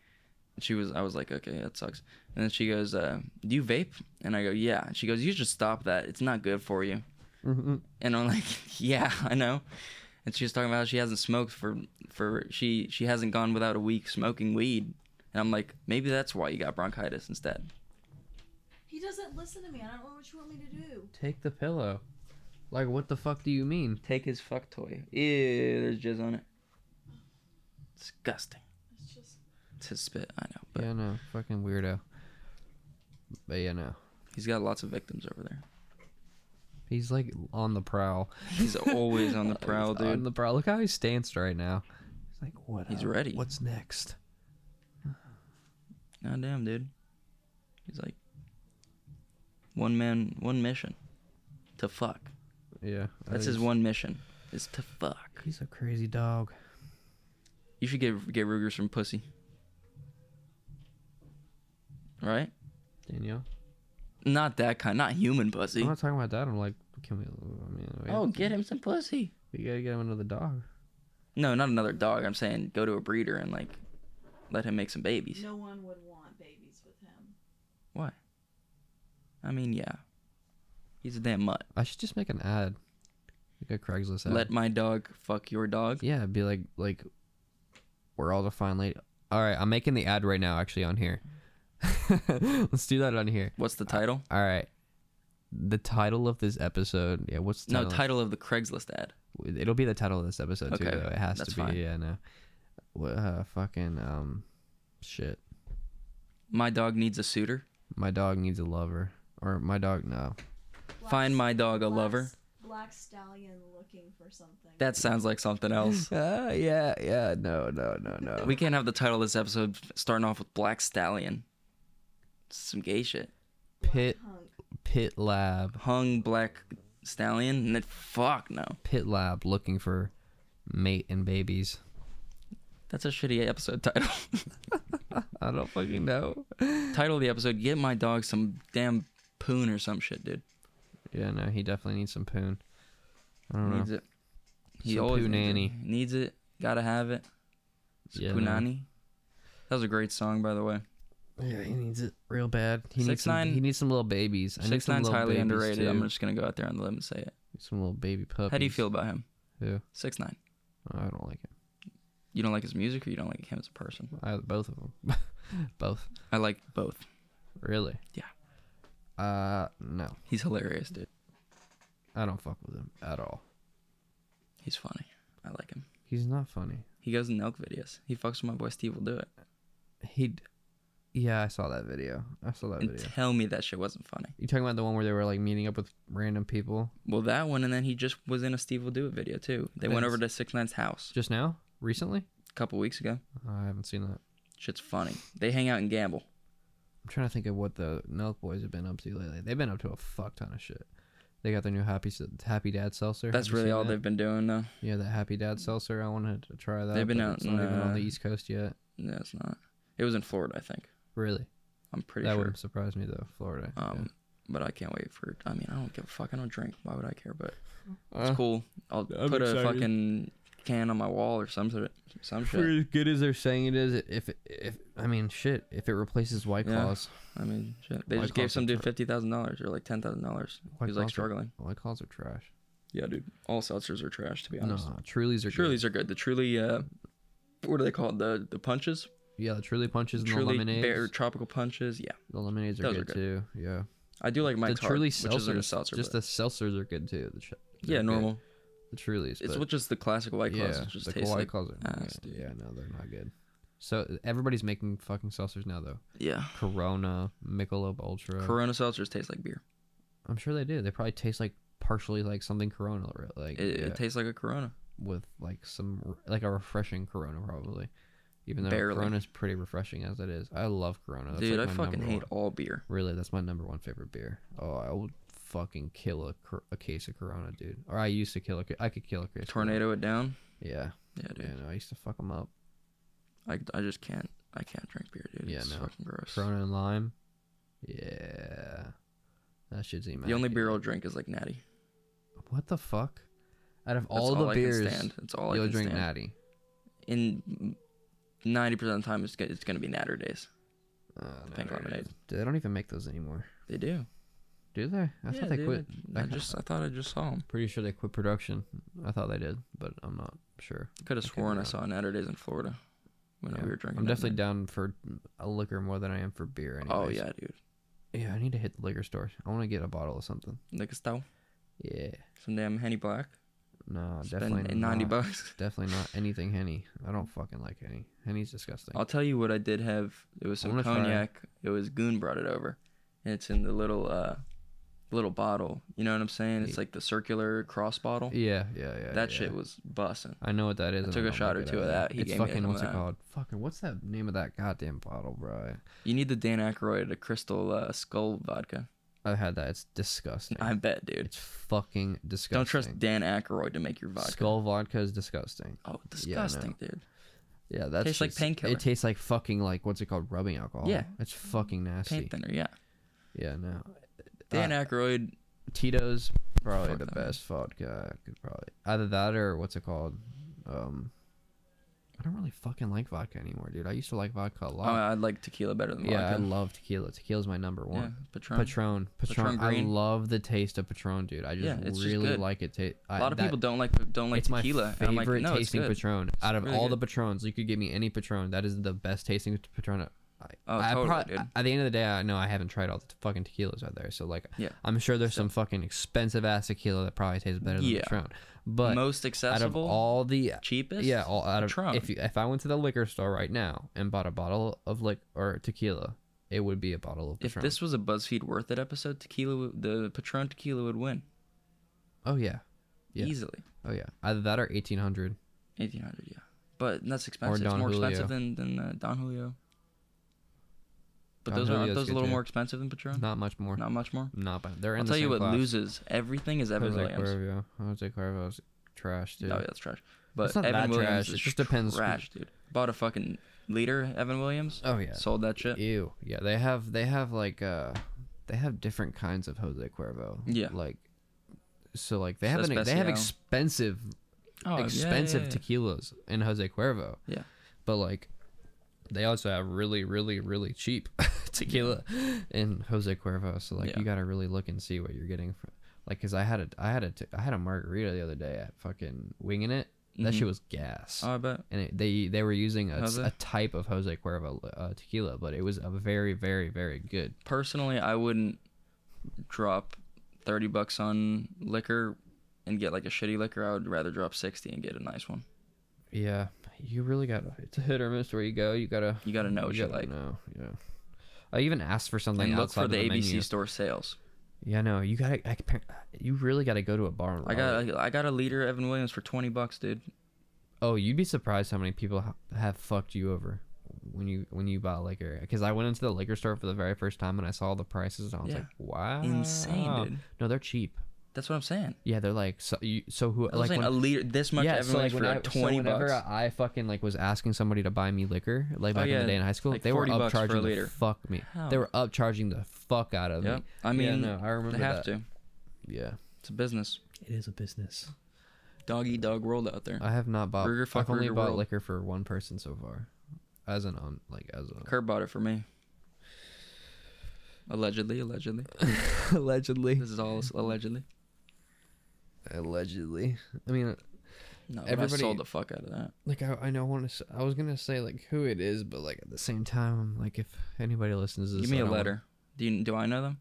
Speaker 2: And she was. I was like, "Okay, that sucks." And then she goes, uh, "Do you vape?" And I go, "Yeah." And she goes, "You should stop that. It's not good for you."
Speaker 1: "Mm-hmm,
Speaker 2: And I'm like, yeah, I know. And she was talking about how she hasn't smoked for for she she hasn't gone without a week smoking weed. And I'm like, maybe that's why you got bronchitis instead.
Speaker 3: He doesn't listen to me. I don't know what you want me to do.
Speaker 1: Take the pillow. Like what the fuck do you mean?
Speaker 2: Take his fuck toy. Ew, there's jizz on it. Disgusting.
Speaker 3: It's just
Speaker 2: It's his spit, I know. But
Speaker 1: yeah, no, fucking weirdo. But yeah, no.
Speaker 2: he's got lots of victims over there.
Speaker 1: He's like on the prowl.
Speaker 2: He's always on the
Speaker 1: He's
Speaker 2: prowl,
Speaker 1: On
Speaker 2: dude.
Speaker 1: the prowl. Look how he stanced right now. He's like, what?
Speaker 2: He's
Speaker 1: up?
Speaker 2: ready.
Speaker 1: What's next?
Speaker 2: God damn, dude. He's like one man, one mission. To fuck.
Speaker 1: Yeah. I
Speaker 2: That's his
Speaker 1: just-
Speaker 2: one mission. Is to fuck.
Speaker 1: He's a crazy dog.
Speaker 2: You should get get Ruger's from pussy. right?
Speaker 1: Danielle.
Speaker 2: Not that kind, not human pussy.
Speaker 1: I'm not talking about that. I'm like, can we? I mean, we
Speaker 2: Oh,
Speaker 1: have-
Speaker 2: get him some pussy.
Speaker 1: We gotta get him another dog.
Speaker 2: No, not another dog. I'm saying go to a breeder and like let him make some babies.
Speaker 3: No one would want babies with him.
Speaker 2: I mean, yeah. He's a damn mutt.
Speaker 1: I should just make an ad, like a Craigslist ad.
Speaker 2: Let my dog fuck your dog.
Speaker 1: yeah, it'd be like like, we're all the fine lady. All right, I'm making the ad right now. Actually, on here. Let's do that on here.
Speaker 2: What's the title?
Speaker 1: All right. The title of this episode. Yeah, what's the
Speaker 2: No,
Speaker 1: title?
Speaker 2: title of the Craigslist ad.
Speaker 1: It'll be the title of this episode too.
Speaker 2: Okay,
Speaker 1: Though. It has
Speaker 2: that's
Speaker 1: to be.
Speaker 2: fine.
Speaker 1: Yeah, no. What uh, fucking um, shit.
Speaker 2: My dog needs a suitor.
Speaker 1: My dog needs a lover, or my dog no.
Speaker 3: Black
Speaker 2: Find my dog a
Speaker 3: Black
Speaker 2: lover.
Speaker 3: s- Black stallion looking for something.
Speaker 2: That sounds like something else.
Speaker 1: Uh, yeah, yeah, no, no, no, no.
Speaker 2: we can't have the title of this episode starting off with Black Stallion. Some gay shit.
Speaker 3: Black
Speaker 1: pit-
Speaker 3: hunk.
Speaker 1: Pit Lab,
Speaker 2: Hung Black Stallion? And then fuck no.
Speaker 1: Pit Lab, looking for mate and babies.
Speaker 2: That's a shitty episode title.
Speaker 1: I don't fucking know.
Speaker 2: title of the episode Get My Dog Some Damn Poon or some shit, dude.
Speaker 1: Yeah, no, he definitely needs some poon. I don't know.
Speaker 2: Needs it. He
Speaker 1: Some
Speaker 2: always
Speaker 1: poo
Speaker 2: needs
Speaker 1: nanny.
Speaker 2: It. Needs it. Gotta have it. Some
Speaker 1: Yeah,
Speaker 2: poo
Speaker 1: no.
Speaker 2: nanny. That was a great song, by the way.
Speaker 1: Yeah, he needs it real bad. He needs some.
Speaker 2: 6ix9ine-
Speaker 1: he needs some little babies. I need
Speaker 2: Six
Speaker 1: some
Speaker 2: Nine's
Speaker 1: little
Speaker 2: highly
Speaker 1: babies,
Speaker 2: underrated.
Speaker 1: too.
Speaker 2: I'm just gonna go out there on the limb and say it.
Speaker 1: some little baby puppies.
Speaker 2: How do you feel about him?
Speaker 1: Who?
Speaker 2: Six Nine.
Speaker 1: I don't like it.
Speaker 2: You don't like his music, or you don't like him as a person?
Speaker 1: I, both of them. both.
Speaker 2: I like both.
Speaker 1: Really?
Speaker 2: Yeah.
Speaker 1: Uh, no,
Speaker 2: He's hilarious, dude.
Speaker 1: I don't fuck with him at all.
Speaker 2: He's funny. I like him.
Speaker 1: He's not funny.
Speaker 2: He goes in elk videos. He fucks with my boy Steve. Will do it.
Speaker 1: He. d- Yeah, I saw that video. I saw that
Speaker 2: and
Speaker 1: video.
Speaker 2: tell me that shit wasn't funny.
Speaker 1: You talking about the one where they were like meeting up with random people
Speaker 2: Well, that one, and then he just was in a Steve Will Do It video too. They went
Speaker 1: Thanks.
Speaker 2: over to Six Nine's house
Speaker 1: just now, recently? Oh,
Speaker 2: a couple weeks ago.
Speaker 1: I haven't seen that.
Speaker 2: Shit's funny. They hang out and gamble.
Speaker 1: I'm trying to think of what the Milk Boys have been up to lately. They've been up to a fuck ton of shit. They got their new Happy S- Happy Dad Seltzer. Have
Speaker 2: That's
Speaker 1: you
Speaker 2: really
Speaker 1: seen
Speaker 2: all
Speaker 1: that?
Speaker 2: they've been doing though.
Speaker 1: Yeah, that Happy Dad Seltzer. I wanted to try that.
Speaker 2: They've been
Speaker 1: but
Speaker 2: out
Speaker 1: It's not even
Speaker 2: in,
Speaker 1: on
Speaker 2: uh,
Speaker 1: the East Coast yet.
Speaker 2: No, it's not. It was in Florida, I think.
Speaker 1: Really?
Speaker 2: I'm pretty
Speaker 1: That
Speaker 2: sure.
Speaker 1: wouldn't surprise me though. Florida. yeah.
Speaker 2: Um, but I can't wait for. I mean, I don't give a fuck. I don't drink. Why would I care? But
Speaker 1: Uh,
Speaker 2: it's cool. I'll
Speaker 1: I'm
Speaker 2: put a
Speaker 1: excited.
Speaker 2: fucking can on my wall or some sort of some
Speaker 1: For
Speaker 2: shit.
Speaker 1: as good as they're saying it is, if if I mean shit, if it replaces White
Speaker 2: Yeah.
Speaker 1: Claws,
Speaker 2: I mean, shit. They
Speaker 1: White
Speaker 2: just gave
Speaker 1: Claw's
Speaker 2: some
Speaker 1: are
Speaker 2: dude
Speaker 1: ter-
Speaker 2: fifty thousand dollars or like ten thousand dollars. He
Speaker 1: White
Speaker 2: was like
Speaker 1: Claws are-
Speaker 2: struggling.
Speaker 1: White Claws are trash.
Speaker 2: Yeah, dude. All seltzers are trash, to be
Speaker 1: No,
Speaker 2: honest.
Speaker 1: Trulies are good.
Speaker 2: Truly's are good. The Truly, uh, what do they call it? The the punches.
Speaker 1: Yeah, the Truly punches and the
Speaker 2: Truly
Speaker 1: lemonades.
Speaker 2: bear tropical punches. Yeah,
Speaker 1: The lemonades are
Speaker 2: Those
Speaker 1: good,
Speaker 2: are
Speaker 1: too. Yeah.
Speaker 2: I do like my
Speaker 1: the
Speaker 2: tart,
Speaker 1: Truly
Speaker 2: which isn't a
Speaker 1: seltzers,
Speaker 2: seltzer.
Speaker 1: just
Speaker 2: but-
Speaker 1: the seltzers are good too. The ch- they're
Speaker 2: yeah,
Speaker 1: good.
Speaker 2: normal.
Speaker 1: The Trulies.
Speaker 2: It's
Speaker 1: but-
Speaker 2: what just the classic white claws.
Speaker 1: yeah,
Speaker 2: which just
Speaker 1: the
Speaker 2: tastes
Speaker 1: White
Speaker 2: like
Speaker 1: Claws are yeah,
Speaker 2: ass, dude.
Speaker 1: yeah, no, they're not good. So everybody's making fucking seltzers now though.
Speaker 2: yeah.
Speaker 1: Corona, Michelob Ultra.
Speaker 2: Corona seltzers taste like beer.
Speaker 1: I'm sure they do. They probably taste like partially like something Corona, re- like
Speaker 2: It,
Speaker 1: yeah,
Speaker 2: it tastes like a Corona.
Speaker 1: with like some r- like a refreshing Corona probably. Even though
Speaker 2: Barely.
Speaker 1: Corona's pretty refreshing as it is, I love Corona. That's
Speaker 2: Dude,
Speaker 1: like
Speaker 2: I
Speaker 1: my
Speaker 2: fucking
Speaker 1: number
Speaker 2: hate
Speaker 1: one-
Speaker 2: all beer.
Speaker 1: Really, that's my number one favorite beer. Oh, I would fucking kill a, cor- a case of Corona, dude. Or I used to kill a. ca- I could kill a case. of Corona.
Speaker 2: Tornado it down.
Speaker 1: Yeah,
Speaker 2: Yeah, dude.
Speaker 1: yeah. No, I used to fuck them up.
Speaker 2: I, I just can't. I can't drink beer, dude.
Speaker 1: Yeah,
Speaker 2: it's
Speaker 1: no.
Speaker 2: fucking gross.
Speaker 1: Corona and lime. Yeah, that shit's immaculate.
Speaker 2: the only beer I'll drink is like Natty.
Speaker 1: What the fuck? Out of
Speaker 2: That's
Speaker 1: all the
Speaker 2: I can
Speaker 1: beers,
Speaker 2: stand. That's all I
Speaker 1: you'll
Speaker 2: can
Speaker 1: drink
Speaker 2: stand.
Speaker 1: Natty.
Speaker 2: In ninety percent of the time, it's go- it's gonna be Natter days.
Speaker 1: Uh,
Speaker 2: Pink
Speaker 1: no,
Speaker 2: lemonade.
Speaker 1: Dude, they don't even make those anymore.
Speaker 2: They do.
Speaker 1: Do they? I
Speaker 2: Yeah,
Speaker 1: thought they
Speaker 2: dude,
Speaker 1: quit.
Speaker 2: I, I
Speaker 1: I-
Speaker 2: just I thought I just saw them.
Speaker 1: Pretty sure they quit production. I thought they did, but I'm not sure.
Speaker 2: Could have
Speaker 1: I could be
Speaker 2: sworn I
Speaker 1: wrong.
Speaker 2: saw Natter days in Florida when
Speaker 1: Yeah.
Speaker 2: we were drinking.
Speaker 1: I'm
Speaker 2: that
Speaker 1: definitely
Speaker 2: night.
Speaker 1: down for a liquor more than I am for beer. Anyways.
Speaker 2: Oh yeah, dude.
Speaker 1: Yeah, I need to hit the liquor store. I want to get a bottle of something.
Speaker 2: Like a stout.
Speaker 1: Yeah.
Speaker 2: Some damn Henny Black.
Speaker 1: No,
Speaker 2: Spend
Speaker 1: definitely
Speaker 2: ninety
Speaker 1: not.
Speaker 2: bucks.
Speaker 1: Definitely not anything henny. I don't fucking like henny. Henny's disgusting.
Speaker 2: I'll tell you what I did have. It was
Speaker 1: I
Speaker 2: some
Speaker 1: wanna try.
Speaker 2: cognac. It was Goon brought it over, and it's in the little uh, little bottle. You know what I'm saying? It's
Speaker 1: Yeah.
Speaker 2: like the circular cross bottle.
Speaker 1: yeah, yeah, yeah.
Speaker 2: that
Speaker 1: yeah.
Speaker 2: shit was bussin'.
Speaker 1: I know what that is.
Speaker 2: I
Speaker 1: and
Speaker 2: took a
Speaker 1: don't like
Speaker 2: shot or
Speaker 1: it
Speaker 2: two of
Speaker 1: either.
Speaker 2: that. He
Speaker 1: it's
Speaker 2: gave me
Speaker 1: fucking
Speaker 2: some of
Speaker 1: what's it
Speaker 2: that.
Speaker 1: called? Fucking what's that name of that goddamn bottle, bro?
Speaker 2: You need the Dan Aykroyd Crystal uh, Skull vodka.
Speaker 1: I had that. It's disgusting.
Speaker 2: I bet, dude.
Speaker 1: It's fucking disgusting.
Speaker 2: Don't trust Dan Aykroyd to make your vodka.
Speaker 1: Skull vodka is disgusting. Yeah, I
Speaker 2: Oh,
Speaker 1: know.
Speaker 2: disgusting, dude.
Speaker 1: Yeah, that's
Speaker 2: Tastes like
Speaker 1: just-
Speaker 2: painkiller.
Speaker 1: It tastes like fucking like what's it called? Rubbing alcohol.
Speaker 2: Yeah.
Speaker 1: it's fucking nasty.
Speaker 2: Paint thinner, yeah.
Speaker 1: Uh, Yeah, no.
Speaker 2: Dan
Speaker 1: Uh,
Speaker 2: Aykroyd,
Speaker 1: Tito's probably
Speaker 2: Fuck
Speaker 1: the
Speaker 2: that, man.
Speaker 1: best vodka. I could probably either that or what's it called? Um, I don't really fucking like vodka anymore, dude. I used to like vodka a
Speaker 2: oh,
Speaker 1: lot.
Speaker 2: I like tequila better than
Speaker 1: yeah, I
Speaker 2: Oh, vodka.
Speaker 1: love tequila. Tequila's my number
Speaker 2: yeah,
Speaker 1: one.
Speaker 2: Patron.
Speaker 1: Patron. Patron.
Speaker 2: Patron Green.
Speaker 1: I love the taste of Patron, dude. I just
Speaker 2: Yeah, it's just
Speaker 1: really
Speaker 2: good.
Speaker 1: like it. Ta-
Speaker 2: A lot of people don't like don't like
Speaker 1: it's
Speaker 2: tequila.
Speaker 1: my
Speaker 2: and I'm
Speaker 1: favorite
Speaker 2: like, no, it's
Speaker 1: tasting
Speaker 2: good.
Speaker 1: Patron. Out of
Speaker 2: really
Speaker 1: all
Speaker 2: good.
Speaker 1: the Patrons, you could give me any Patron. That is the best tasting Patron. I,
Speaker 2: Oh,
Speaker 1: I
Speaker 2: totally,
Speaker 1: prob-
Speaker 2: dude.
Speaker 1: At the end of the day, I know I haven't tried all the t- fucking tequilas out there, so like,
Speaker 2: Yeah.
Speaker 1: I'm sure there's some fucking expensive ass tequila that probably tastes better than
Speaker 2: Yeah.
Speaker 1: Patron. But
Speaker 2: Most
Speaker 1: out of
Speaker 2: accessible,
Speaker 1: all the
Speaker 2: cheapest.
Speaker 1: yeah, all out of
Speaker 2: Patron.
Speaker 1: if you, if I went to the liquor store right now and bought a bottle of liquor or tequila, it would be a bottle of
Speaker 2: if
Speaker 1: Patron.
Speaker 2: this was a BuzzFeed Worth It episode, tequila, would- the Patron tequila would win
Speaker 1: oh yeah, Yeah.
Speaker 2: easily.
Speaker 1: oh yeah, either that or 1800.
Speaker 2: 1800 yeah but that's expensive it's
Speaker 1: Don
Speaker 2: more
Speaker 1: Julio.
Speaker 2: expensive than than uh, don julio but
Speaker 1: Don
Speaker 2: those aren't
Speaker 1: Julio's
Speaker 2: those a
Speaker 1: good
Speaker 2: little
Speaker 1: too.
Speaker 2: more expensive than patron
Speaker 1: Not much more.
Speaker 2: not much more
Speaker 1: Not bad. They're in
Speaker 2: i'll
Speaker 1: the
Speaker 2: tell you
Speaker 1: same
Speaker 2: what
Speaker 1: class.
Speaker 2: loses everything is evan
Speaker 1: Jose
Speaker 2: williams
Speaker 1: Cuervo. Jose Cuervo's trash, dude.
Speaker 2: oh yeah that's trash but
Speaker 1: not
Speaker 2: evan
Speaker 1: that
Speaker 2: williams
Speaker 1: trash,
Speaker 2: is
Speaker 1: it just depends who-
Speaker 2: trash dude bought a fucking liter evan williams
Speaker 1: Oh, yeah.
Speaker 2: sold that shit
Speaker 1: Ew. Yeah, they have they have like uh they have different kinds of Jose Cuervo.
Speaker 2: Yeah.
Speaker 1: Like so like they have an, they have
Speaker 2: Especial.
Speaker 1: expensive
Speaker 2: oh, yeah,
Speaker 1: expensive
Speaker 2: yeah, yeah.
Speaker 1: tequilas in Jose Cuervo.
Speaker 2: Yeah.
Speaker 1: But like they also have really really really cheap tequila in Jose Cuervo, so like
Speaker 2: Yeah.
Speaker 1: you got to really look and see what you're getting from like cuz I had a I had a t- I had a margarita the other day at fucking winging it. That
Speaker 2: Mhm.
Speaker 1: shit was gas.
Speaker 2: oh i bet
Speaker 1: and it, they they were using a,
Speaker 2: Jose?
Speaker 1: a type of Jose Cuervo uh, tequila, but it was a very very very good.
Speaker 2: personally i wouldn't drop 30 bucks on liquor and get like a shitty liquor i would rather drop 60 and get a nice one
Speaker 1: Yeah, you really got to it's a hit or miss where you go. You gotta
Speaker 2: you gotta know what you
Speaker 1: gotta
Speaker 2: like
Speaker 1: Know. Yeah, I even asked for something
Speaker 2: and look
Speaker 1: outside
Speaker 2: for the,
Speaker 1: of the
Speaker 2: ABC
Speaker 1: menu.
Speaker 2: store sales.
Speaker 1: Yeah, no, you gotta. I, compare- you really gotta go to a bar. And
Speaker 2: I got
Speaker 1: roll it.
Speaker 2: I got a liter Evan Williams for twenty bucks, dude.
Speaker 1: Oh, you'd be surprised how many people ha- have fucked you over when you when you buy liquor. Because I went into the liquor store for the very first time and I saw the prices and I was
Speaker 2: Yeah.
Speaker 1: like, wow,
Speaker 2: Insane, dude.
Speaker 1: No, they're cheap.
Speaker 2: That's what I'm saying.
Speaker 1: Yeah, they're like so. You, so who
Speaker 2: I'm
Speaker 1: like
Speaker 2: saying
Speaker 1: when-
Speaker 2: a liter this much Evan
Speaker 1: so,
Speaker 2: Williams for
Speaker 1: when
Speaker 2: like
Speaker 1: I-
Speaker 2: twenty
Speaker 1: so whenever
Speaker 2: bucks.
Speaker 1: I fucking like was asking somebody to buy me liquor, like
Speaker 2: Oh,
Speaker 1: back in
Speaker 2: yeah,
Speaker 1: the day in high school,
Speaker 2: like
Speaker 1: they were
Speaker 2: 40 bucks for a
Speaker 1: upcharging the
Speaker 2: liter.
Speaker 1: fuck me. They
Speaker 2: Hell.
Speaker 1: were upcharging the fuck out of
Speaker 2: Yep.
Speaker 1: me. Yeah,
Speaker 2: I mean,
Speaker 1: no, I remember
Speaker 2: they
Speaker 1: that.
Speaker 2: have to.
Speaker 1: Yeah,
Speaker 2: It's a business.
Speaker 1: it is a business.
Speaker 2: Dog eat dog world out there.
Speaker 1: I have not bought.
Speaker 2: Burger fuck
Speaker 1: I've only
Speaker 2: Burger
Speaker 1: bought
Speaker 2: World.
Speaker 1: liquor for one person so far, as an on like as a
Speaker 2: Curb bought it for me. Allegedly, allegedly.
Speaker 1: allegedly.
Speaker 2: This is all allegedly.
Speaker 1: Allegedly, I mean,
Speaker 2: No, everybody I
Speaker 1: Everybody-
Speaker 2: sold the fuck out of that.
Speaker 1: like I, I know I want to. I was gonna say like who it is, but like at the same time, I'm like if anybody listens to this,
Speaker 2: Give me
Speaker 1: I
Speaker 2: a
Speaker 1: don't wanna-
Speaker 2: letter. Do you, do I know them?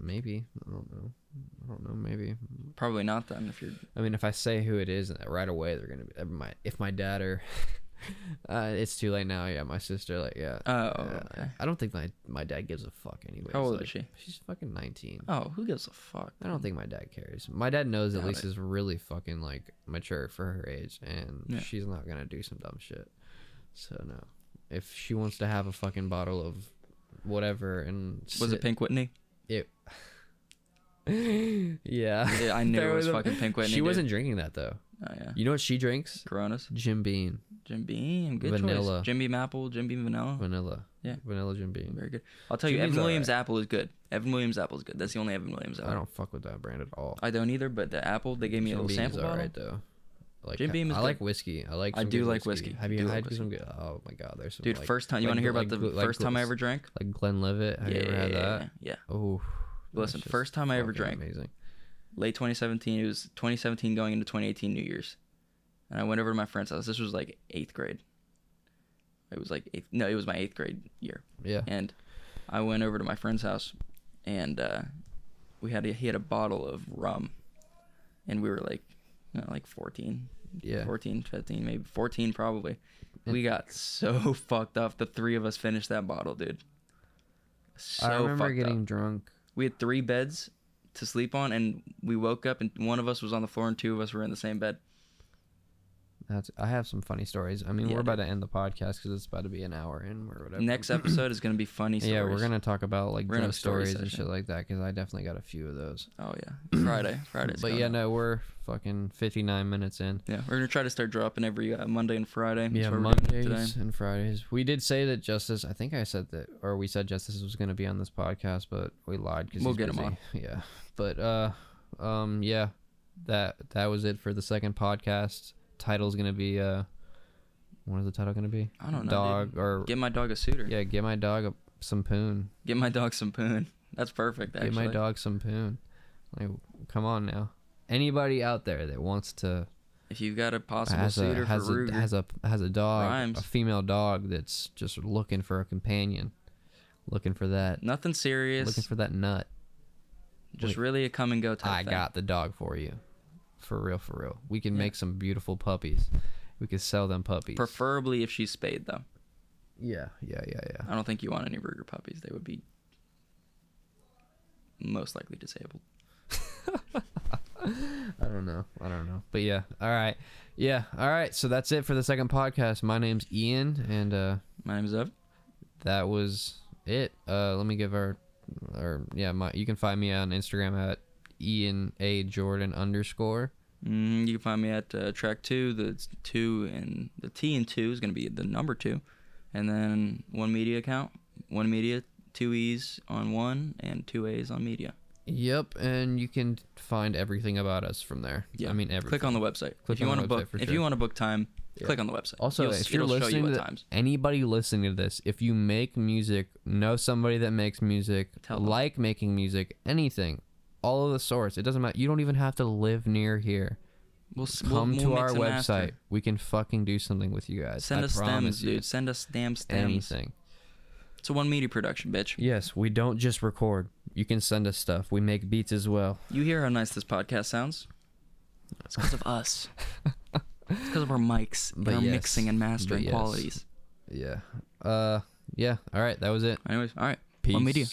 Speaker 1: Maybe I don't know. I don't know. Maybe
Speaker 2: Probably not then. If you're
Speaker 1: I mean, if I say who it is uh, right away, they're gonna be if my if my dad or uh, it's too late now. Yeah, my sister, like yeah.
Speaker 2: oh
Speaker 1: Yeah,
Speaker 2: okay.
Speaker 1: I don't think my my dad gives a fuck anyway.
Speaker 2: How old is she?
Speaker 1: She's fucking nineteen.
Speaker 2: Oh, who gives a fuck?
Speaker 1: I don't think my dad cares. My dad knows that
Speaker 2: Doubt
Speaker 1: Lisa's really fucking like mature for her age, and
Speaker 2: Yeah.
Speaker 1: she's not gonna do some dumb shit. So no, if she wants to have a fucking bottle of whatever and
Speaker 2: Was it
Speaker 1: sit-
Speaker 2: Pink Whitney?
Speaker 1: yeah,
Speaker 2: Yeah, I knew
Speaker 1: There
Speaker 2: it was
Speaker 1: a-
Speaker 2: fucking Pink Whitney.
Speaker 1: She
Speaker 2: dude.
Speaker 1: wasn't drinking that though.
Speaker 2: Oh yeah.
Speaker 1: You know what she drinks?
Speaker 2: Coronas.
Speaker 1: Jim Beam,
Speaker 2: Jim Beam. Good
Speaker 1: Vanilla.
Speaker 2: choice. Jim Beam apple. Jim Beam vanilla.
Speaker 1: vanilla.
Speaker 2: Yeah.
Speaker 1: vanilla Jim Beam.
Speaker 2: Very good. I'll tell you,
Speaker 1: Jim Beam's
Speaker 2: Evan
Speaker 1: all
Speaker 2: Williams apple is good. Evan Williams apple is good. That's the only Evan Williams apple.
Speaker 1: I don't fuck with that brand at all.
Speaker 2: I don't either. But the apple they gave me a
Speaker 1: Jim
Speaker 2: little
Speaker 1: Beam's
Speaker 2: sample bottle.
Speaker 1: alright, though. Like
Speaker 2: Jim Beam is
Speaker 1: I
Speaker 2: good.
Speaker 1: like whiskey. I like.
Speaker 2: I
Speaker 1: some
Speaker 2: do
Speaker 1: good
Speaker 2: like whiskey.
Speaker 1: Have
Speaker 2: I
Speaker 1: you
Speaker 2: do
Speaker 1: had
Speaker 2: like
Speaker 1: some good? Oh my god, there's some.
Speaker 2: Dude,
Speaker 1: like,
Speaker 2: first time you
Speaker 1: like
Speaker 2: want to hear
Speaker 1: gl-
Speaker 2: about the
Speaker 1: like gl- like
Speaker 2: first time I
Speaker 1: gl-
Speaker 2: ever drank?
Speaker 1: Like Glenlivet. Have you ever had that?
Speaker 2: Yeah.
Speaker 1: Oh. that
Speaker 2: Listen,
Speaker 1: shit's
Speaker 2: first time I ever
Speaker 1: fucking
Speaker 2: drank.
Speaker 1: Amazing.
Speaker 2: Late 2017. It was 2017 going into 2018 New Year's, and I went over to my friend's house. This was like eighth grade. It was like eighth. No, it was my eighth grade year.
Speaker 1: Yeah.
Speaker 2: and I went over to my friend's house, and uh, we had a, he had a bottle of rum, and we were like, you know, like 14,
Speaker 1: Yeah.
Speaker 2: 14, 15, maybe 14 probably. We got so fucked up. The three of us finished that bottle, dude. So
Speaker 1: I remember
Speaker 2: fucked
Speaker 1: getting
Speaker 2: up.
Speaker 1: drunk.
Speaker 2: We had three beds to sleep on, and we woke up, and one of us was on the floor, and two of us were in the same bed.
Speaker 1: That's. I have some funny stories. I mean,
Speaker 2: Yeah,
Speaker 1: we're about
Speaker 2: dude.
Speaker 1: to end the podcast because it's about to be an hour in or whatever.
Speaker 2: Next episode is gonna be funny. Stories.
Speaker 1: Yeah, we're gonna talk about like
Speaker 2: We're gonna have
Speaker 1: drunk
Speaker 2: a story
Speaker 1: stories and
Speaker 2: session.
Speaker 1: shit like that because I definitely got a few of those.
Speaker 2: Oh yeah, Friday. Friday's.
Speaker 1: but
Speaker 2: coming
Speaker 1: yeah,
Speaker 2: up.
Speaker 1: no, we're fucking fifty nine minutes in.
Speaker 2: Yeah, we're gonna try to start dropping every uh, Monday and Friday. That's
Speaker 1: Yeah,
Speaker 2: what we're doing
Speaker 1: Mondays and Fridays. We did say that Justice. I think I said that, or we said Justice was going to be on this podcast, but we lied because
Speaker 2: We'll
Speaker 1: he's
Speaker 2: get him
Speaker 1: busy. Yeah, but uh, um, yeah, that that was it for the second podcast. Title's going to be uh, what is the title going to be?
Speaker 2: I don't know,
Speaker 1: Dog or
Speaker 2: Get my dog a suitor.
Speaker 1: yeah, get my dog a, some poon.
Speaker 2: Get my dog some poon. That's perfect. Actually.
Speaker 1: Get my dog some poon. Like, come on now. Anybody out there that wants to
Speaker 2: If you've got a possible
Speaker 1: has a
Speaker 2: suitor for
Speaker 1: has a,
Speaker 2: Ruger,
Speaker 1: has a has a dog,
Speaker 2: Rhymes.
Speaker 1: a female dog that's just looking for a companion, looking for that,
Speaker 2: nothing serious.
Speaker 1: looking for that nut.
Speaker 2: just
Speaker 1: wait.
Speaker 2: really a come and go type
Speaker 1: I
Speaker 2: thing.
Speaker 1: got the dog for you, for real, for real. We can
Speaker 2: Yeah.
Speaker 1: make some beautiful puppies. We could sell them puppies.
Speaker 2: Preferably if she's spayed though.
Speaker 1: yeah, yeah, yeah, yeah.
Speaker 2: I don't think you want any Ruger puppies. They would be most likely disabled.
Speaker 1: I don't know. I don't know. But yeah, all right, yeah, all right. So that's it for the second podcast. My name's Ian, and uh,
Speaker 2: My name's Ev.
Speaker 1: that was it. Uh, let me give our, or yeah, my. You can find me on Instagram at Ian A Jordan underscore.
Speaker 2: Mm, you can find me at uh, track two. The s- two and the T and two is going to be the number two, and then one media account, one media, two E's on one and two A's on media.
Speaker 1: Yep, and you can find everything about us from there.
Speaker 2: Yeah.
Speaker 1: I mean everything.
Speaker 2: Click on the website
Speaker 1: Click
Speaker 2: if you
Speaker 1: on
Speaker 2: want
Speaker 1: the
Speaker 2: to
Speaker 1: website
Speaker 2: book.
Speaker 1: for
Speaker 2: If
Speaker 1: sure.
Speaker 2: you want to book time,
Speaker 1: Yeah.
Speaker 2: click on the website.
Speaker 1: Also,
Speaker 2: You'll-
Speaker 1: if you're
Speaker 2: it'll show you
Speaker 1: listening
Speaker 2: what
Speaker 1: to the-
Speaker 2: times.
Speaker 1: Anybody listening to this, if you make music, know somebody that makes music,
Speaker 2: Tell them.
Speaker 1: like making music, anything, all of the source. It doesn't matter. You don't even have to live near here.
Speaker 2: We'll s- we'll-
Speaker 1: Come
Speaker 2: we'll
Speaker 1: to
Speaker 2: mix
Speaker 1: our
Speaker 2: and master.
Speaker 1: website. We can fucking do something with you guys.
Speaker 2: Send
Speaker 1: I
Speaker 2: us
Speaker 1: promise
Speaker 2: stems,
Speaker 1: you.
Speaker 2: dude. Send us damn stems.
Speaker 1: Anything.
Speaker 2: It's a one media production, bitch.
Speaker 1: Yes, we don't just record. You can send us stuff. We make beats as well.
Speaker 2: You hear how nice this podcast sounds? It's because of us. It's because of our mics and
Speaker 1: But
Speaker 2: our
Speaker 1: yes.
Speaker 2: mixing and mastering
Speaker 1: yes.
Speaker 2: qualities.
Speaker 1: Yeah. Uh. Yeah. All right. That was it.
Speaker 2: Anyways, all right.
Speaker 1: Peace.
Speaker 2: One media.